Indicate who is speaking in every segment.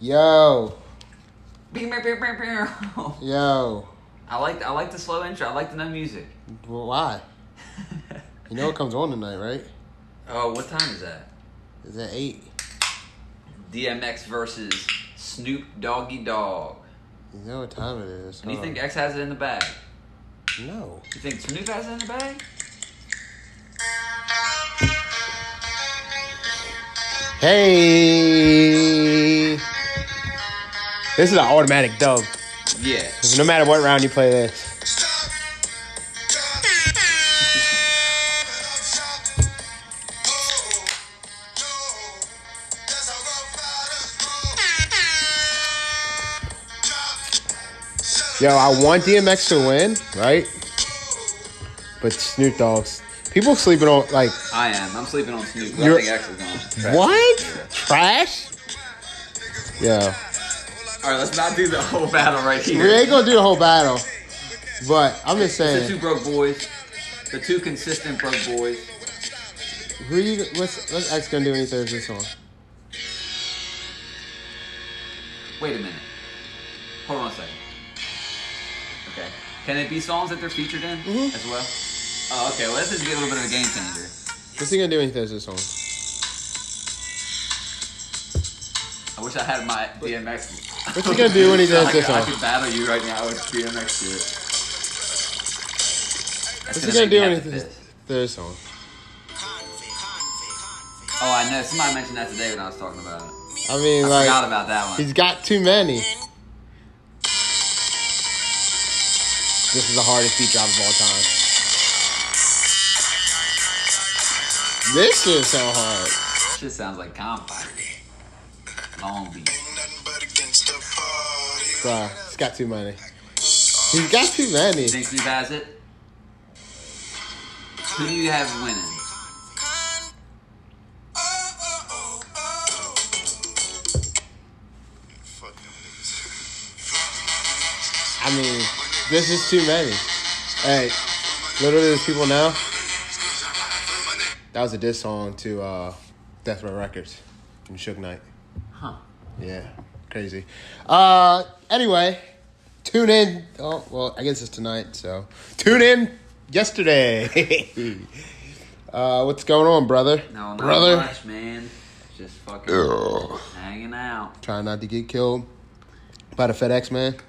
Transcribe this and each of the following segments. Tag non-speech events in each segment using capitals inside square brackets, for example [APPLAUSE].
Speaker 1: Yo,
Speaker 2: I
Speaker 1: yo,
Speaker 2: like [LAUGHS] I like the slow intro. I like the no music.
Speaker 1: Well, why? You know it comes on tonight, right?
Speaker 2: oh, what time is that?
Speaker 1: Is at eight?
Speaker 2: DMX versus Snoop Doggy Dog.
Speaker 1: You know what time it is?
Speaker 2: And you
Speaker 1: huh?
Speaker 2: think X has it in the bag?
Speaker 1: No.
Speaker 2: You think Snoop has it in the bag?
Speaker 1: Hey, this is an automatic dub.
Speaker 2: Yeah.
Speaker 1: No matter what round you play this. Yo, I want DMX to win, right? But Snoop Dogg's people sleeping on like
Speaker 2: I am. I'm sleeping on Snoop. But I
Speaker 1: You're-
Speaker 2: think X is on. track.
Speaker 1: what trash? Yo,
Speaker 2: All right, let's not do the whole battle right
Speaker 1: we
Speaker 2: here.
Speaker 1: ain't gonna do the whole battle, but I'm just
Speaker 2: The two
Speaker 1: saying.
Speaker 2: broke boys. The two consistent broke boys.
Speaker 1: Who you? What's, what's X gonna do when he throws this on?
Speaker 2: Wait a minute. Hold on a second. Okay. Can it be songs that they're featured in
Speaker 1: Mm-hmm.
Speaker 2: as well? Oh, okay. Well, this is a little bit of a game changer.
Speaker 1: What's he gonna do when he throws this on?
Speaker 2: I wish I had my DMX.
Speaker 1: What you gonna do when he does
Speaker 2: [LAUGHS] I
Speaker 1: this
Speaker 2: could, I
Speaker 1: one?
Speaker 2: could battle you right now with DMX to it. That's
Speaker 1: What's he gonna do
Speaker 2: make me
Speaker 1: when he
Speaker 2: have to
Speaker 1: throws
Speaker 2: piss.
Speaker 1: this on?
Speaker 2: Oh, I know. Somebody mentioned that today when I was talking about it.
Speaker 1: I mean,
Speaker 2: I
Speaker 1: like
Speaker 2: forgot about that one.
Speaker 1: he's got too many. This is the hardest beat drop of all time. This shit so hard.
Speaker 2: Shit sounds like Combine. Long Beach.
Speaker 1: Bruh, he's got too many. He's got too many.
Speaker 2: You think Steve has it? Who do you have winning?
Speaker 1: I mean, this is too many. Hey, literally, there's people now. That was a diss song to uh, Death Row Records and Suge Knight.
Speaker 2: Huh.
Speaker 1: Yeah, crazy. Uh, anyway, tune in. Oh, well, I guess it's tonight, so tune in yesterday. [LAUGHS] uh, what's going on, brother?
Speaker 2: No, not
Speaker 1: brother.
Speaker 2: much, man. Just fucking hanging out.
Speaker 1: Trying not to get killed by the FedEx man. [LAUGHS]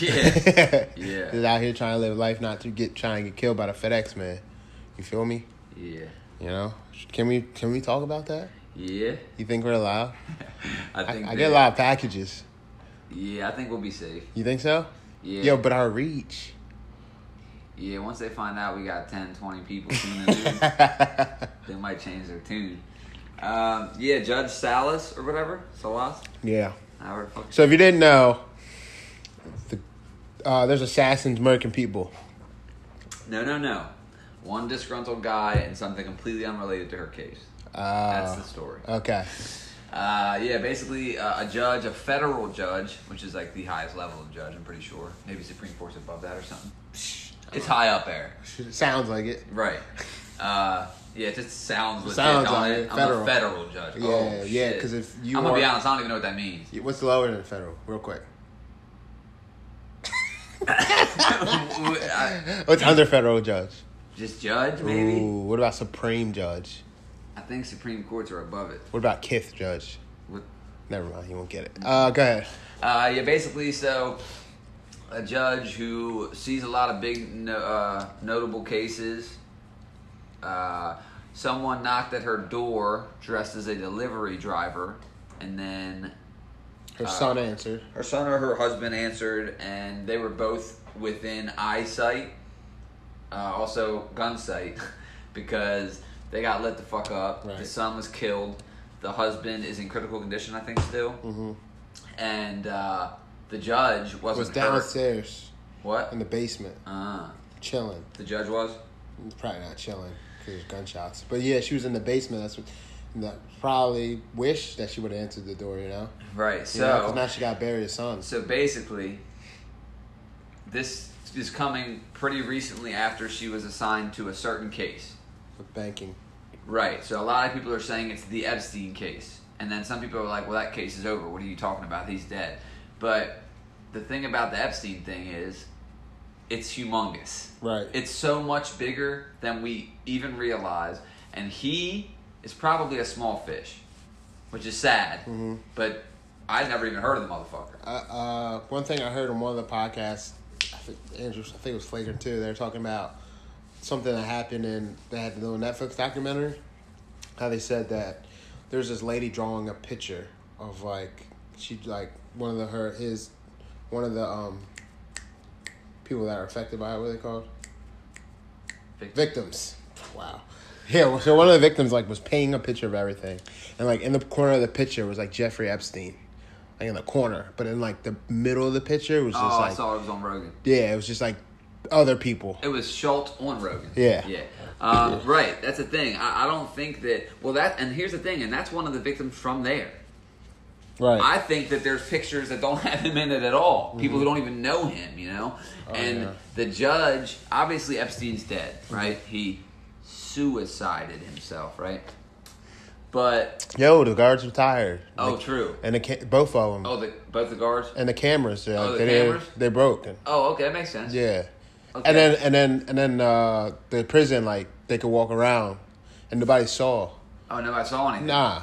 Speaker 2: Yeah. Yeah.
Speaker 1: Just out here trying to live life, not to get trying to get killed by the FedEx man. You feel me?
Speaker 2: [LAUGHS] yeah.
Speaker 1: You know? Can we can we talk about that?
Speaker 2: Yeah.
Speaker 1: You think we're allowed?
Speaker 2: I think
Speaker 1: I
Speaker 2: that-
Speaker 1: get a lot of packages.
Speaker 2: Yeah, I think we'll be safe.
Speaker 1: You think so?
Speaker 2: Yeah.
Speaker 1: Yo, but our reach. [LAUGHS]
Speaker 2: Yeah, once they find out we got 10, 20
Speaker 1: [LAUGHS]
Speaker 2: people tuning in, they might change their tune. Um, yeah, Judge Salas or whatever. Salas?
Speaker 1: yeah.
Speaker 2: However the fuck.
Speaker 1: So if you didn't know, the, uh, there's assassins murdering people.
Speaker 2: No, no, no. One disgruntled guy and something completely unrelated to her case. That's
Speaker 1: Uh,
Speaker 2: the story.
Speaker 1: okay.
Speaker 2: Uh, yeah, basically, uh, a judge, a federal judge, which is like the highest level of judge, I'm pretty sure. Maybe Supreme Court's above that or something. It's high up there.
Speaker 1: Sounds like it.
Speaker 2: Right. Uh, yeah, it just sounds legit.
Speaker 1: Sounds
Speaker 2: don't
Speaker 1: like
Speaker 2: it?
Speaker 1: it.
Speaker 2: I'm
Speaker 1: Federal.
Speaker 2: a federal judge.
Speaker 1: Yeah,
Speaker 2: oh,
Speaker 1: yeah,
Speaker 2: shit.
Speaker 1: 'cause if you
Speaker 2: I'm gonna be
Speaker 1: are-
Speaker 2: honest, I don't even know what that means.
Speaker 1: What's lower than federal? Real quick. [LAUGHS]
Speaker 2: I-
Speaker 1: What's under federal judge?
Speaker 2: just judge, maybe.
Speaker 1: Ooh, what about supreme judge?
Speaker 2: I think Supreme Courts are above it.
Speaker 1: What about kith judge?
Speaker 2: What-
Speaker 1: Never mind, you won't get it. Uh, go ahead.
Speaker 2: Uh, yeah, basically, so a judge who sees a lot of big, no, uh, notable cases. Uh, someone knocked at her door dressed as a delivery driver, and then
Speaker 1: Her
Speaker 2: Uh,
Speaker 1: son answered.
Speaker 2: her son or her husband answered, and they were both within eyesight, uh, also gun sight, [LAUGHS] because they got lit the fuck up.
Speaker 1: Right.
Speaker 2: The son was killed. The husband is in critical condition, I think, still. Mm-hmm. And uh, the judge
Speaker 1: Was
Speaker 2: wasn't hurt.
Speaker 1: downstairs
Speaker 2: What?
Speaker 1: in the basement,
Speaker 2: Uh,
Speaker 1: chilling.
Speaker 2: the judge was.
Speaker 1: Probably not chilling because gunshots. But yeah, she was in the basement. That's what. That probably wish that she would have answered the door. You know.
Speaker 2: Right.
Speaker 1: Yeah, 'cause
Speaker 2: So.
Speaker 1: now she got buried sons.
Speaker 2: So basically, this is coming pretty recently after she was assigned to a certain case.
Speaker 1: with banking.
Speaker 2: Right. So a lot of people are saying it's the Epstein case. And then some people are like, well, that case is over. What are you talking about? He's dead. But the thing about the Epstein thing is, it's humongous.
Speaker 1: Right.
Speaker 2: It's so much bigger than we even realize. And he is probably a small fish, which is sad.
Speaker 1: Mm-hmm.
Speaker 2: But I'd never even heard of the motherfucker.
Speaker 1: uh, uh, one thing I heard on one of the podcasts, I think, Andrew, I think it was Flagrant too. They were talking about something that happened in they had the little Netflix documentary. How they said that there's this lady drawing a picture of like she like one of the her his one of the um people that are affected by it. What are they called?
Speaker 2: Victim.
Speaker 1: victims. Wow. Yeah, so one of the victims like was painting a picture of everything, and like in the corner of the picture was like Jeffrey Epstein, like in the corner, but in like the middle of the picture was just
Speaker 2: Oh, I
Speaker 1: like
Speaker 2: saw it was on Rogan.
Speaker 1: yeah, it was just like other people.
Speaker 2: It was Schultz on Rogan.
Speaker 1: Yeah.
Speaker 2: Yeah. Uh, right. That's the thing. I, I don't think that. Well, that and here's the thing, and that's one of the victims from there.
Speaker 1: Right. Mm-hmm.
Speaker 2: I think that there's pictures that don't [LAUGHS] have him in it at all. People who don't even know him, you know. and
Speaker 1: yeah.
Speaker 2: the judge, obviously, Epstein's dead, right? He suicided himself, right? But
Speaker 1: Yo, the guards retired.
Speaker 2: oh,
Speaker 1: Like,
Speaker 2: true.
Speaker 1: and the ca- both of them,
Speaker 2: Oh, the both the guards.
Speaker 1: and the cameras. They're, like,
Speaker 2: the
Speaker 1: they didn't-
Speaker 2: cameras?
Speaker 1: they broke. And,
Speaker 2: Oh, okay, that makes sense.
Speaker 1: yeah.
Speaker 2: Okay.
Speaker 1: And then and then and then uh, the prison like they could walk around, and nobody saw.
Speaker 2: Oh, nobody saw anything.
Speaker 1: Nah,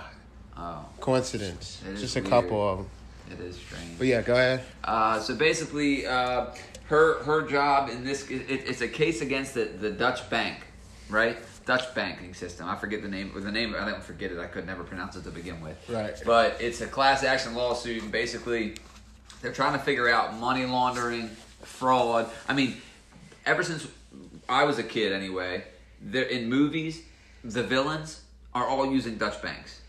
Speaker 2: Oh,
Speaker 1: coincidence.
Speaker 2: It is
Speaker 1: Just a
Speaker 2: weird.
Speaker 1: couple of them.
Speaker 2: it is strange.
Speaker 1: But yeah, go ahead.
Speaker 2: Uh, so basically, uh, her her job in this it, it's a case against the, the Dutch bank, right? Dutch banking system. I forget the name. The name I don't forget it. I could never pronounce it to begin with.
Speaker 1: Right.
Speaker 2: But it's a class action lawsuit, and basically, they're trying to figure out money laundering, fraud. I mean, ever since I was a kid, anyway, they're in movies. The villains are all using Dutch banks.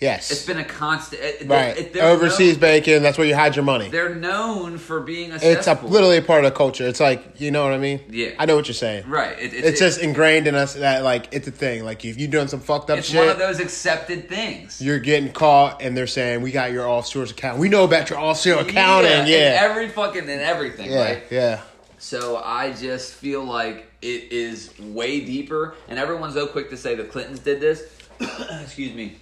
Speaker 1: Yes.
Speaker 2: It's been a constant. It, it-
Speaker 1: Right.
Speaker 2: it- there's no-
Speaker 1: Overseas banking, that's where you hide your money.
Speaker 2: they're known for being a.
Speaker 1: It's a,
Speaker 2: cesspool.
Speaker 1: literally a part of the culture. It's like, you know what I mean?
Speaker 2: Yeah.
Speaker 1: I know what you're saying.
Speaker 2: Right. It,
Speaker 1: It's just ingrained in us that, like, it's a thing. Like, if you're doing some fucked up
Speaker 2: it's
Speaker 1: shit,
Speaker 2: one of those accepted things.
Speaker 1: you're getting caught and they're saying, we got your offshore account. We know about your offshore account.
Speaker 2: yeah,
Speaker 1: And yeah.
Speaker 2: in every fucking and everything,
Speaker 1: yeah.
Speaker 2: right?
Speaker 1: Yeah.
Speaker 2: So I just feel like it is way deeper, and everyone's so quick to say the Clintons did this. [COUGHS] Excuse me.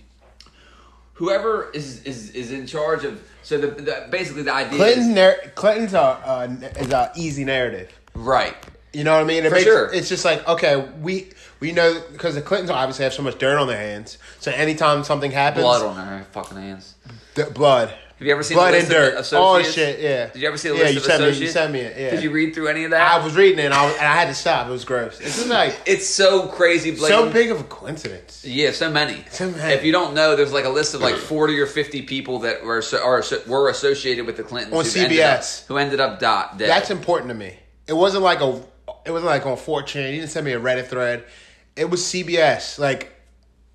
Speaker 2: Whoever is is is in charge of so the, the basically the idea is-
Speaker 1: Clinton, nar- Clinton's a, uh, is a easy narrative.
Speaker 2: right.
Speaker 1: You know what I mean? It
Speaker 2: For
Speaker 1: makes,
Speaker 2: sure.
Speaker 1: It's just like okay, we we know because the Clintons obviously have so much dirt on their hands. So anytime something happens,
Speaker 2: Blood on her fucking hands.
Speaker 1: The blood.
Speaker 2: Have you ever seen
Speaker 1: blood
Speaker 2: the list
Speaker 1: and dirt?
Speaker 2: Of associates?
Speaker 1: All this shit. Yeah.
Speaker 2: Did you ever see the
Speaker 1: yeah,
Speaker 2: list
Speaker 1: you
Speaker 2: of
Speaker 1: sent
Speaker 2: associates?
Speaker 1: Me, you sent me it. Yeah.
Speaker 2: Did you read through any of that?
Speaker 1: I was reading it and I, was, and I had to stop. It was gross. It's just like
Speaker 2: it's so crazy. blatant.
Speaker 1: so big of a coincidence.
Speaker 2: Yeah, so many.
Speaker 1: So many.
Speaker 2: If you don't know, there's like a list of like 40 or 50 people that were so, are, so, were associated with the Clintons
Speaker 1: On
Speaker 2: who've ended up-
Speaker 1: CBS.
Speaker 2: who ended up dot dead.
Speaker 1: That's important to me. It wasn't like a. It wasn't like on 4chan. You didn't send me a Reddit thread. It was CBS, like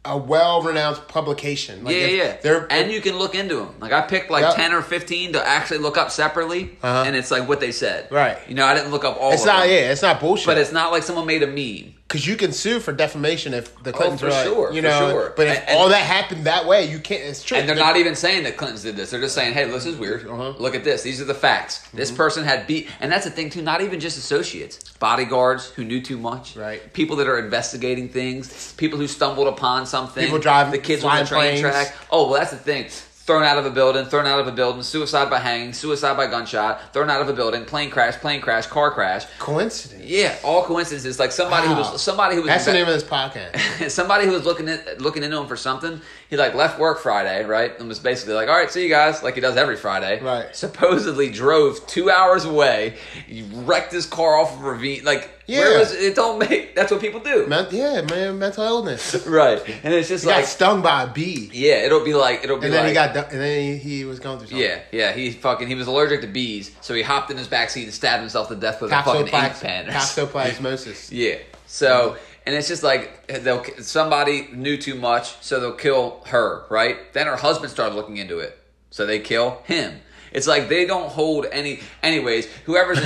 Speaker 1: a well-renowned publication. Like
Speaker 2: yeah,
Speaker 1: if
Speaker 2: yeah.
Speaker 1: They're,
Speaker 2: and you can look into them. Like I picked like
Speaker 1: Yep.
Speaker 2: 10 or 15 to actually look up separately,
Speaker 1: Uh-huh.
Speaker 2: and it's like what they said.
Speaker 1: Right.
Speaker 2: You know, I didn't look up all.
Speaker 1: it's
Speaker 2: of
Speaker 1: not.
Speaker 2: them,
Speaker 1: Yeah, it's not bullshit.
Speaker 2: But it's not like someone made a meme.
Speaker 1: because you can sue for defamation if the Clintons
Speaker 2: Oh, for
Speaker 1: are like,
Speaker 2: sure,
Speaker 1: you
Speaker 2: for
Speaker 1: know.
Speaker 2: sure.
Speaker 1: But if
Speaker 2: And- and-
Speaker 1: all that happened that way, you can't. It's true.
Speaker 2: And they're not even saying that Clintons did this. They're just saying, "Hey, this is weird.
Speaker 1: Uh-huh. Mm-hmm.
Speaker 2: Look at this. These are the facts. This person had beat." And that's the thing too. Not even just associates, bodyguards who knew too much,
Speaker 1: Right.
Speaker 2: People that are investigating things, people who stumbled upon something,
Speaker 1: People driving-
Speaker 2: the kids on
Speaker 1: flying
Speaker 2: the train
Speaker 1: planes.
Speaker 2: track. Oh, well, that's the thing. Thrown out of a building, thrown out of a building, suicide by hanging, suicide by gunshot, thrown out of a building, plane crash, plane crash, car crash.
Speaker 1: coincidence.
Speaker 2: Yeah, all coincidences. Like somebody who
Speaker 1: Wow.
Speaker 2: was somebody who was
Speaker 1: That's the
Speaker 2: inve-
Speaker 1: name of this podcast. [LAUGHS]
Speaker 2: [LAUGHS] somebody who was looking at looking into him for something, he like left work Friday, right, and was basically like, "All right, see you guys," like he does every Friday.
Speaker 1: Right.
Speaker 2: Supposedly drove two hours away, he wrecked his car off of a ravine. Like, where
Speaker 1: Yeah.
Speaker 2: was it? Don't make. That's what people do.
Speaker 1: Men- yeah, man, mental
Speaker 2: [LAUGHS]
Speaker 1: illness. He
Speaker 2: Right. And it's just
Speaker 1: got
Speaker 2: like,
Speaker 1: stung by a bee,
Speaker 2: yeah, it'll be like it'll be
Speaker 1: and then
Speaker 2: like.
Speaker 1: he got, du- and then he, he was going through something.
Speaker 2: yeah, yeah, he fucking he was allergic to bees, so he hopped in his backseat and stabbed himself to death with a fucking ink pen.
Speaker 1: Toxoplasm-
Speaker 2: or
Speaker 1: [LAUGHS] toxoplasmosis.
Speaker 2: Yeah. So, and it's just like they'll somebody knew too much, so they'll kill her, right? Then her husband started looking into it, so they kill him. It's like they don't hold any. Anyways, whoever's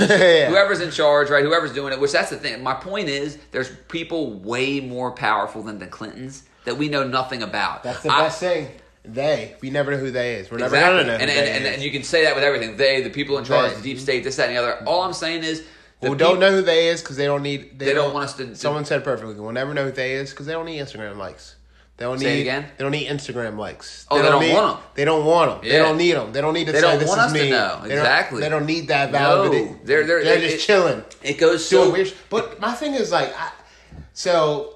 Speaker 1: [LAUGHS]
Speaker 2: in,
Speaker 1: Yeah.
Speaker 2: whoever's in charge, right? Whoever's doing it. Which that's the thing. My point is, there's people way more powerful than the Clintons that we know nothing about.
Speaker 1: That's the
Speaker 2: I-
Speaker 1: best thing. They, we never know who they is. We're never
Speaker 2: Exactly.
Speaker 1: gonna know.
Speaker 2: And,
Speaker 1: who
Speaker 2: and,
Speaker 1: they
Speaker 2: and,
Speaker 1: is.
Speaker 2: and you can say that with everything. They, the people in charge,
Speaker 1: They.
Speaker 2: the deep state, this, that, and the other. All I'm saying is
Speaker 1: Well,
Speaker 2: The
Speaker 1: don't
Speaker 2: peop-
Speaker 1: know who they is because they don't need.
Speaker 2: They don't want us to-
Speaker 1: Someone said it perfectly. We'll never know who they is because they don't need Instagram likes. They don't need.
Speaker 2: Say it again?
Speaker 1: They don't need Instagram likes.
Speaker 2: Oh, they don't
Speaker 1: need,
Speaker 2: want 'em.
Speaker 1: They don't want them. They
Speaker 2: Yeah.
Speaker 1: don't need them. They don't need to
Speaker 2: They
Speaker 1: say
Speaker 2: don't
Speaker 1: this
Speaker 2: want
Speaker 1: is
Speaker 2: us to
Speaker 1: me.
Speaker 2: know.
Speaker 1: They don't-
Speaker 2: Exactly.
Speaker 1: They don't need that
Speaker 2: No.
Speaker 1: validity.
Speaker 2: They're- they're-
Speaker 1: they're
Speaker 2: they-
Speaker 1: just
Speaker 2: it-
Speaker 1: chilling,
Speaker 2: It goes
Speaker 1: doing
Speaker 2: so
Speaker 1: weird. sh- But my thing is like, I, so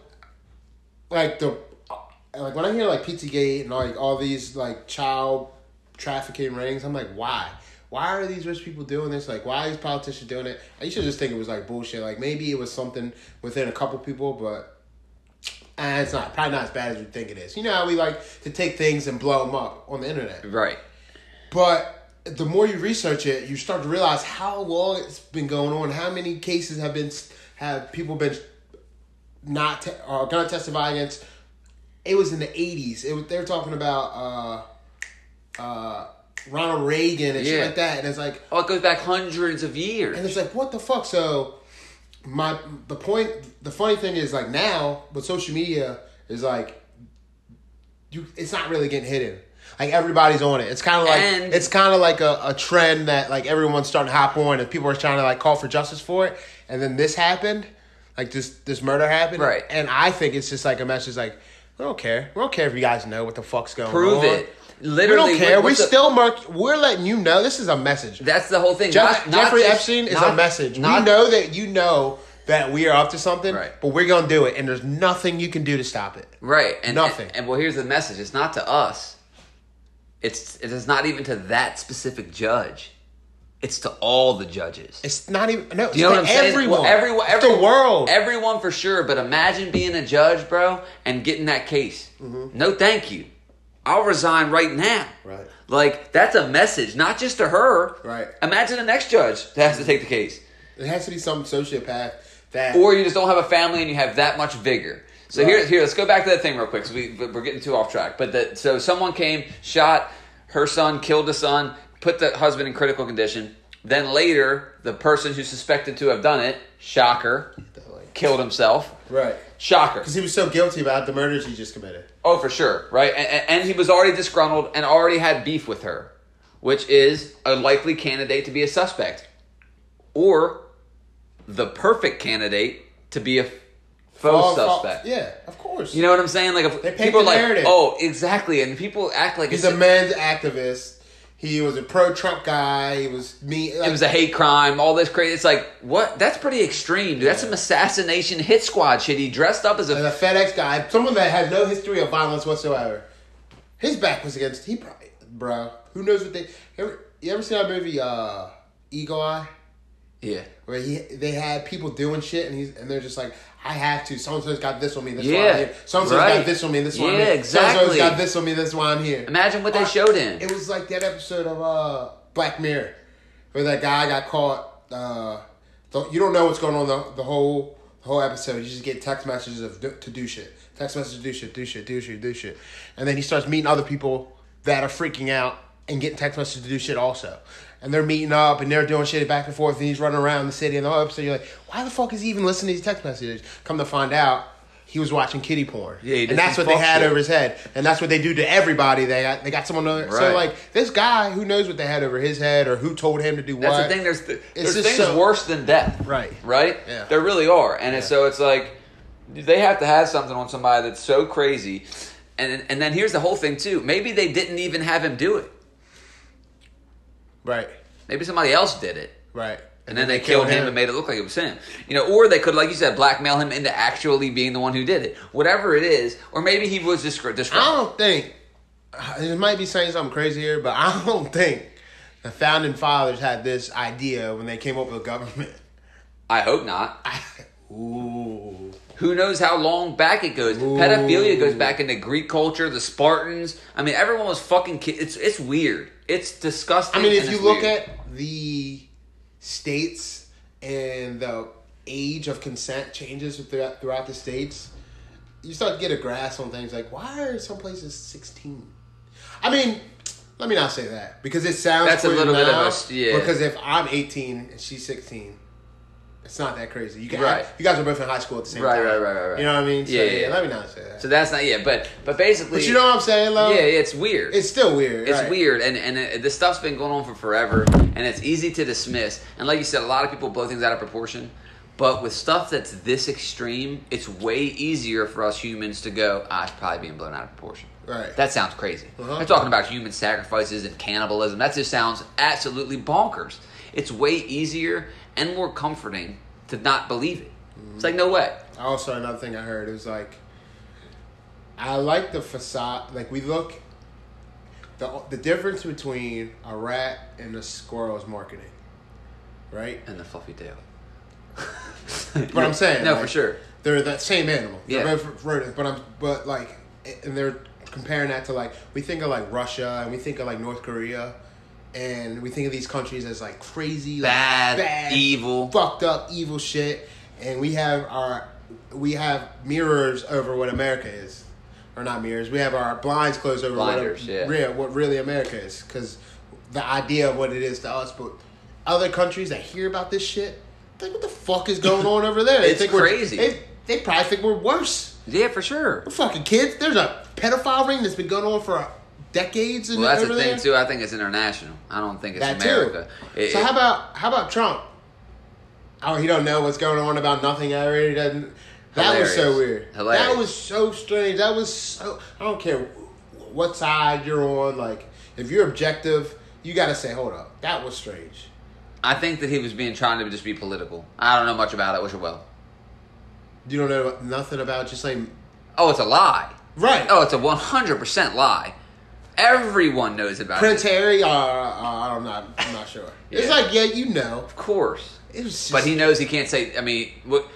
Speaker 1: like the uh, like when I hear like Pizzagate and like all these like child trafficking rings, I'm like, why? Why are these rich people doing this? Like, why are these politicians doing it? I used to just think it was like bullshit. Like maybe it was something within a couple people, but eh, it's not probably not as bad as we think it is. You know how we like to take things and blow them up on the internet,
Speaker 2: right.
Speaker 1: but the more you research it, you start to realize how long it's been going on. How many cases have been have people been not te- or gonna testify against? It was in the eighties. It was they were talking about uh, uh, Ronald Reagan and shit
Speaker 2: Yeah.
Speaker 1: like that, and it's like
Speaker 2: Oh, it goes back hundreds of
Speaker 1: and
Speaker 2: years.
Speaker 1: it's like what the fuck. So my the point, the funny thing is like now with social media is like you, it's not really getting hidden. Like everybody's on it. It's kind of like
Speaker 2: And-
Speaker 1: it's kind of like a, a trend that like everyone's starting to hop on, and people are trying to like call for justice for it. And then this happened, like this this murder happened,
Speaker 2: Right.
Speaker 1: And I think it's just like a message like we don't care, we don't care if you guys know what the fuck's going on.
Speaker 2: Prove it. Literally,
Speaker 1: we don't care.
Speaker 2: what-
Speaker 1: We
Speaker 2: what's the-
Speaker 1: still mark. We're letting you know this is a message.
Speaker 2: That's the whole thing.
Speaker 1: Jeff,
Speaker 2: Not- not
Speaker 1: Jeffrey
Speaker 2: just-
Speaker 1: Epstein is
Speaker 2: not-
Speaker 1: a message.
Speaker 2: not-
Speaker 1: we know that you know that we are up to something,
Speaker 2: Right.
Speaker 1: but we're gonna do it, and there's nothing you can do to stop it.
Speaker 2: Right. And,
Speaker 1: Nothing.
Speaker 2: And, and well, here's the message. It's not to us. It's it is not even to that specific judge. It's to all the judges.
Speaker 1: It's not even no. It's
Speaker 2: you know
Speaker 1: to
Speaker 2: what I'm saying?
Speaker 1: everyone,
Speaker 2: Well, everyone,
Speaker 1: It's
Speaker 2: everyone,
Speaker 1: the world.
Speaker 2: everyone for sure. But imagine being a judge, bro, and getting that case. No, thank you. I'll resign right now.
Speaker 1: Mm-hmm. Right.
Speaker 2: Like that's a message, not just to her.
Speaker 1: Right.
Speaker 2: Imagine the next judge that has to take the case,
Speaker 1: it has to be some sociopath that
Speaker 2: or you just don't have a family and you have that much vigor. So
Speaker 1: Right.
Speaker 2: here, here, let's go back to that thing real quick. 'cause we we're getting too off track. But that so someone came, shot her son, killed the son, put the husband in critical condition. Then later, the person who's suspected to have done it, shocker, killed himself.
Speaker 1: right
Speaker 2: Shocker.
Speaker 1: because he was so guilty about the murders he just committed.
Speaker 2: Oh, for sure, right? And, and, and he was already disgruntled and already had beef with her, which is a likely candidate to be a suspect, or the perfect candidate to be a faux
Speaker 1: All- all-
Speaker 2: suspect.
Speaker 1: yeah, of course.
Speaker 2: You know what I'm saying? Like if
Speaker 1: They paint
Speaker 2: people
Speaker 1: the
Speaker 2: are like,
Speaker 1: narrative.
Speaker 2: oh, exactly, and people act like
Speaker 1: he's
Speaker 2: it's,
Speaker 1: a men's activist. He was a pro-Trump guy. He was me. Like,
Speaker 2: it was a hate crime, all this crazy. It's like what? That's pretty extreme, dude. That's some assassination hit squad shit. He dressed up as a
Speaker 1: and a FedEx guy, someone that has no history of violence whatsoever. His back was against he probably bro. Who knows what they you ever, you ever seen that movie uh Eagle Eye?
Speaker 2: yeah.
Speaker 1: Where he they had people doing shit and he's and they're just like, I have to. So and so's got this on me, this why
Speaker 2: Yeah,
Speaker 1: I'm here. So and so's
Speaker 2: right.
Speaker 1: got this on me, this why I'm
Speaker 2: Yeah,
Speaker 1: here. So and
Speaker 2: exactly.
Speaker 1: so's got this on me, this why I'm here.
Speaker 2: Imagine what they showed in.
Speaker 1: It was like that episode of uh, Black Mirror where that guy got caught. Uh, th- you don't know what's going on the, the whole the whole episode. You just get text messages of do, to do shit, text messages do shit, do shit, do shit, do shit, and then he starts meeting other people that are freaking out and getting text messages to do shit also. And they're meeting up and they're doing shit back and forth and he's running around the city and the whole episode. You're like, why the fuck is he even listening to these text messages? Come to find out, he was watching kitty porn.
Speaker 2: Yeah, he did
Speaker 1: and that's
Speaker 2: some
Speaker 1: what they
Speaker 2: fuck
Speaker 1: had
Speaker 2: shit.
Speaker 1: over his head, and that's what they do to everybody. They got they got someone over. So
Speaker 2: Right.
Speaker 1: like this guy, who knows what they had over his head, or who told him to do what?
Speaker 2: That's the thing. There's, th- there's
Speaker 1: just
Speaker 2: things
Speaker 1: so-
Speaker 2: worse than death.
Speaker 1: Right.
Speaker 2: Right.
Speaker 1: Yeah.
Speaker 2: There really are, and it's so it's like they have to have something on somebody that's so crazy, and and then here's the whole thing too. Maybe they didn't even have him do it.
Speaker 1: Right,
Speaker 2: Maybe somebody else did it.
Speaker 1: right.
Speaker 2: And then they, killed him, and made it look like it was him. You know, or they could, like you said, blackmail him into actually being the one who did it. Whatever it is, or maybe he was
Speaker 1: I
Speaker 2: discre-
Speaker 1: don't
Speaker 2: disgruntled.
Speaker 1: think it might be saying something crazy here, but I don't think the founding fathers had this idea when they came up with government.
Speaker 2: I hope not.
Speaker 1: Ooh,
Speaker 2: Who knows how long back it goes? Pedophilia goes back into Greek culture, the Spartans. I mean, everyone was fucking. Ki- it's it's weird. It's disgusting.
Speaker 1: I mean, if
Speaker 2: and
Speaker 1: you
Speaker 2: it's
Speaker 1: look
Speaker 2: weird.
Speaker 1: at the states and the age of consent changes throughout, throughout the states, you start to get a grasp on things like why are some places 16? I mean, let me not say that because it sounds
Speaker 2: That's a
Speaker 1: crude
Speaker 2: little bit of
Speaker 1: now,
Speaker 2: a- yeah.
Speaker 1: Because if I'm 18 and she's 16, It's not that crazy. You, can,
Speaker 2: Right.
Speaker 1: you guys were both in high school at the same
Speaker 2: Right,
Speaker 1: time.
Speaker 2: right, right, right, right.
Speaker 1: You know what I mean? So,
Speaker 2: Yeah,
Speaker 1: yeah,
Speaker 2: yeah, yeah.
Speaker 1: Let me not say that.
Speaker 2: So that's not yeah, but but basically,
Speaker 1: but you know what I'm saying, though?
Speaker 2: yeah, it's weird.
Speaker 1: It's still weird.
Speaker 2: It's
Speaker 1: right.
Speaker 2: weird, and and it, this stuff's been going on for forever, and it's easy to dismiss. And like you said, a lot of people blow things out of proportion. But with stuff that's this extreme, it's way easier for us humans to go. Ah, it's probably being blown out of proportion.
Speaker 1: Right.
Speaker 2: That sounds crazy.
Speaker 1: Uh-huh.
Speaker 2: They're talking about human sacrifices and cannibalism. That just sounds absolutely bonkers. It's way easier and more comforting to not believe it. It's like no way.
Speaker 1: Also, another thing I heard was like, I like the facade. Like we look, the the difference between a rat and a squirrel is marketing, right?
Speaker 2: And the fluffy [LAUGHS] tail.
Speaker 1: But I'm saying,
Speaker 2: no,
Speaker 1: like,
Speaker 2: for sure.
Speaker 1: they're that same animal. They're
Speaker 2: Yeah.
Speaker 1: both rodents, but I'm but like, and they're comparing that to like we think of like Russia and we think of like North Korea. And we think of these countries as like crazy, like
Speaker 2: Bad, evil.
Speaker 1: fucked up, evil shit. And we have our, we have mirrors over what America is, or not mirrors. We have our blinds closed over
Speaker 2: Blinders,
Speaker 1: what,
Speaker 2: yeah.
Speaker 1: real, what really America is, because the idea of what it is to us. But other countries that hear about this shit, think what the fuck is going on over
Speaker 2: [LAUGHS]
Speaker 1: there? They
Speaker 2: It's
Speaker 1: think
Speaker 2: crazy.
Speaker 1: We're, they, they probably think we're worse.
Speaker 2: Yeah, for sure.
Speaker 1: We're fucking kids. There's a pedophile ring that's been going on for decades. in
Speaker 2: Well, that's
Speaker 1: over
Speaker 2: the
Speaker 1: there.
Speaker 2: thing too. I think it's international. I don't think it's
Speaker 1: That
Speaker 2: America.
Speaker 1: too.
Speaker 2: It-
Speaker 1: so how
Speaker 2: it-
Speaker 1: about how about Trump? Oh, he don't know what's going on about nothing. I already doesn't. That was
Speaker 2: Hilarious.
Speaker 1: so weird.
Speaker 2: Hilarious.
Speaker 1: That was so strange. That was so. I don't care what side you're on. Like, if you're objective, you got to say, "Hold up, that was strange."
Speaker 2: I think that he was being trying to just be political. I don't know much about it. Wish it well.
Speaker 1: You don't know nothing about just like
Speaker 2: Oh, it's a lie.
Speaker 1: right.
Speaker 2: Oh, it's a one hundred percent lie. Everyone knows about
Speaker 1: Prince
Speaker 2: it.
Speaker 1: Harry. Uh, uh, I'm not. I'm not
Speaker 2: [LAUGHS]
Speaker 1: sure. It's
Speaker 2: Yeah.
Speaker 1: like yeah, you know.
Speaker 2: Of course,
Speaker 1: It was. Just,
Speaker 2: but he knows he can't say. I mean, what,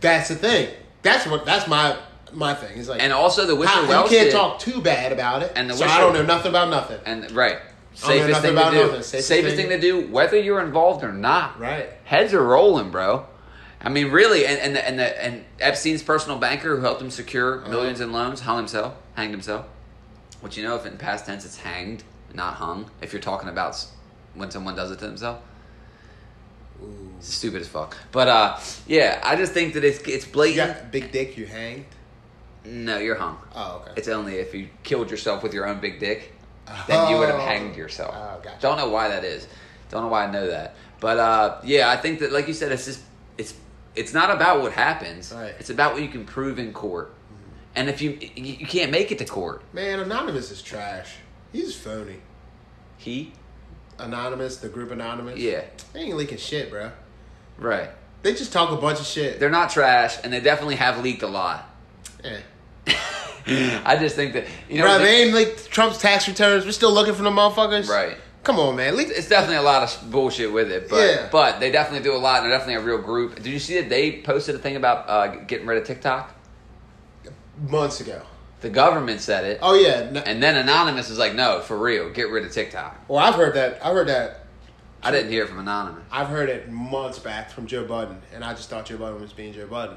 Speaker 1: That's the thing. That's what. That's my my thing. It's like
Speaker 2: and also the Whisper
Speaker 1: How-
Speaker 2: Wells
Speaker 1: you can't
Speaker 2: did-
Speaker 1: talk too bad about it.
Speaker 2: And the
Speaker 1: so
Speaker 2: whistle-
Speaker 1: I don't know nothing about nothing.
Speaker 2: And
Speaker 1: I
Speaker 2: right,
Speaker 1: don't know
Speaker 2: safest
Speaker 1: Oh, nothing
Speaker 2: thing
Speaker 1: about
Speaker 2: to do.
Speaker 1: nothing.
Speaker 2: Safest,
Speaker 1: Safest
Speaker 2: thing.
Speaker 1: thing-
Speaker 2: to do, whether you're involved or not.
Speaker 1: Right.
Speaker 2: Heads are rolling, bro. I mean, really, and and the, and, the, and Epstein's personal banker who helped him secure
Speaker 1: Uh-huh.
Speaker 2: millions in loans hung himself, hanged himself. Which you know, if in past tense it's hanged, not hung. If you're talking about s- when someone does it to themselves. Stupid as fuck, but uh, yeah, I just think that it's it's
Speaker 1: You
Speaker 2: blatant.
Speaker 1: got big dick. You hanged.
Speaker 2: No, you're hung.
Speaker 1: Oh, okay.
Speaker 2: It's only if you killed yourself with your own big dick, then you would have
Speaker 1: Oh.
Speaker 2: hanged yourself.
Speaker 1: Oh, gotcha.
Speaker 2: Don't know why that is. Don't know why I know that. But uh, yeah, I think that, like you said, it's just it's it's not about what happens.
Speaker 1: Right. Mm-hmm.
Speaker 2: It's about what you can prove in court. And if you you you can't make it to court,
Speaker 1: Man, Anonymous is trash. He's phony.
Speaker 2: he
Speaker 1: Anonymous, the group Anonymous.
Speaker 2: yeah
Speaker 1: They ain't leaking shit, bro.
Speaker 2: right.
Speaker 1: They just talk a bunch of shit.
Speaker 2: They're not trash, and they definitely have leaked a lot.
Speaker 1: Eh.
Speaker 2: I just think that you know
Speaker 1: Bro,
Speaker 2: the-
Speaker 1: they ain't leaked Trump's tax returns. We're still looking for the motherfuckers.
Speaker 2: Right.
Speaker 1: Come on, man. Leak-
Speaker 2: it's definitely a lot of bullshit with it, but
Speaker 1: Yeah.
Speaker 2: but they definitely do a lot, and they're definitely a real group. Did you see that they posted a thing about uh, getting rid of TikTok?
Speaker 1: months ago.
Speaker 2: The government said it,
Speaker 1: Oh yeah. No-
Speaker 2: and then Anonymous is like, "No, for real, get rid of TikTok."
Speaker 1: well, I've heard that. I've heard that.
Speaker 2: I didn't hear it from Anonymous.
Speaker 1: I've heard it months back from Joe Budden, and I just thought Joe Budden was being Joe Budden.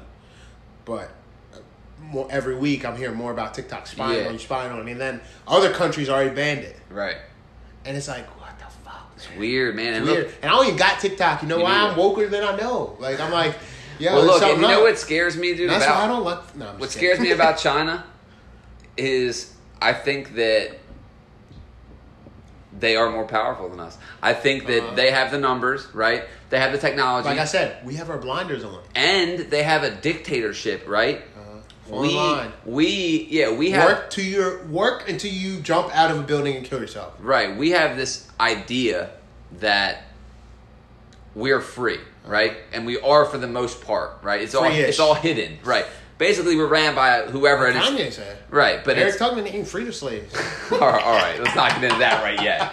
Speaker 1: But uh, more, every week, I'm hearing more about TikTok spying
Speaker 2: Yeah.
Speaker 1: on you, spying on me, and then other countries already banned it,
Speaker 2: Right?
Speaker 1: and it's like, what the fuck? It's
Speaker 2: Weird, man. And
Speaker 1: weird.
Speaker 2: Look,
Speaker 1: and I don't even got TikTok. You know
Speaker 2: You
Speaker 1: why?
Speaker 2: neither.
Speaker 1: I'm woker than I know. Like I'm like, yeah.
Speaker 2: well, look, and
Speaker 1: something
Speaker 2: you know
Speaker 1: up.
Speaker 2: what scares me, dude?
Speaker 1: That's
Speaker 2: about
Speaker 1: why I don't like. No, I'm
Speaker 2: What
Speaker 1: just
Speaker 2: scares
Speaker 1: kidding.
Speaker 2: me about China is I think that they are more powerful than us. I think that
Speaker 1: Uh-huh.
Speaker 2: they have the numbers, right? They have the
Speaker 1: [LAUGHS]
Speaker 2: technology,
Speaker 1: Like I said, we have our blinders on.
Speaker 2: and they have a dictatorship, right?
Speaker 1: Uh-huh. Foreign
Speaker 2: we,
Speaker 1: line.
Speaker 2: we, yeah, we have
Speaker 1: Work to your work until you jump out of a building and kill yourself.
Speaker 2: Right. We have this idea that we're free, right? And we are for the most part, right? It's all
Speaker 1: Free-ish.
Speaker 2: it's all hidden, right? Basically, we're ran by whoever it is.
Speaker 1: Kanye said.
Speaker 2: Right, but
Speaker 1: Eric
Speaker 2: it's [LAUGHS]
Speaker 1: Tubman ain't free to slaves.
Speaker 2: all right, all right. Let's not get into that right yet.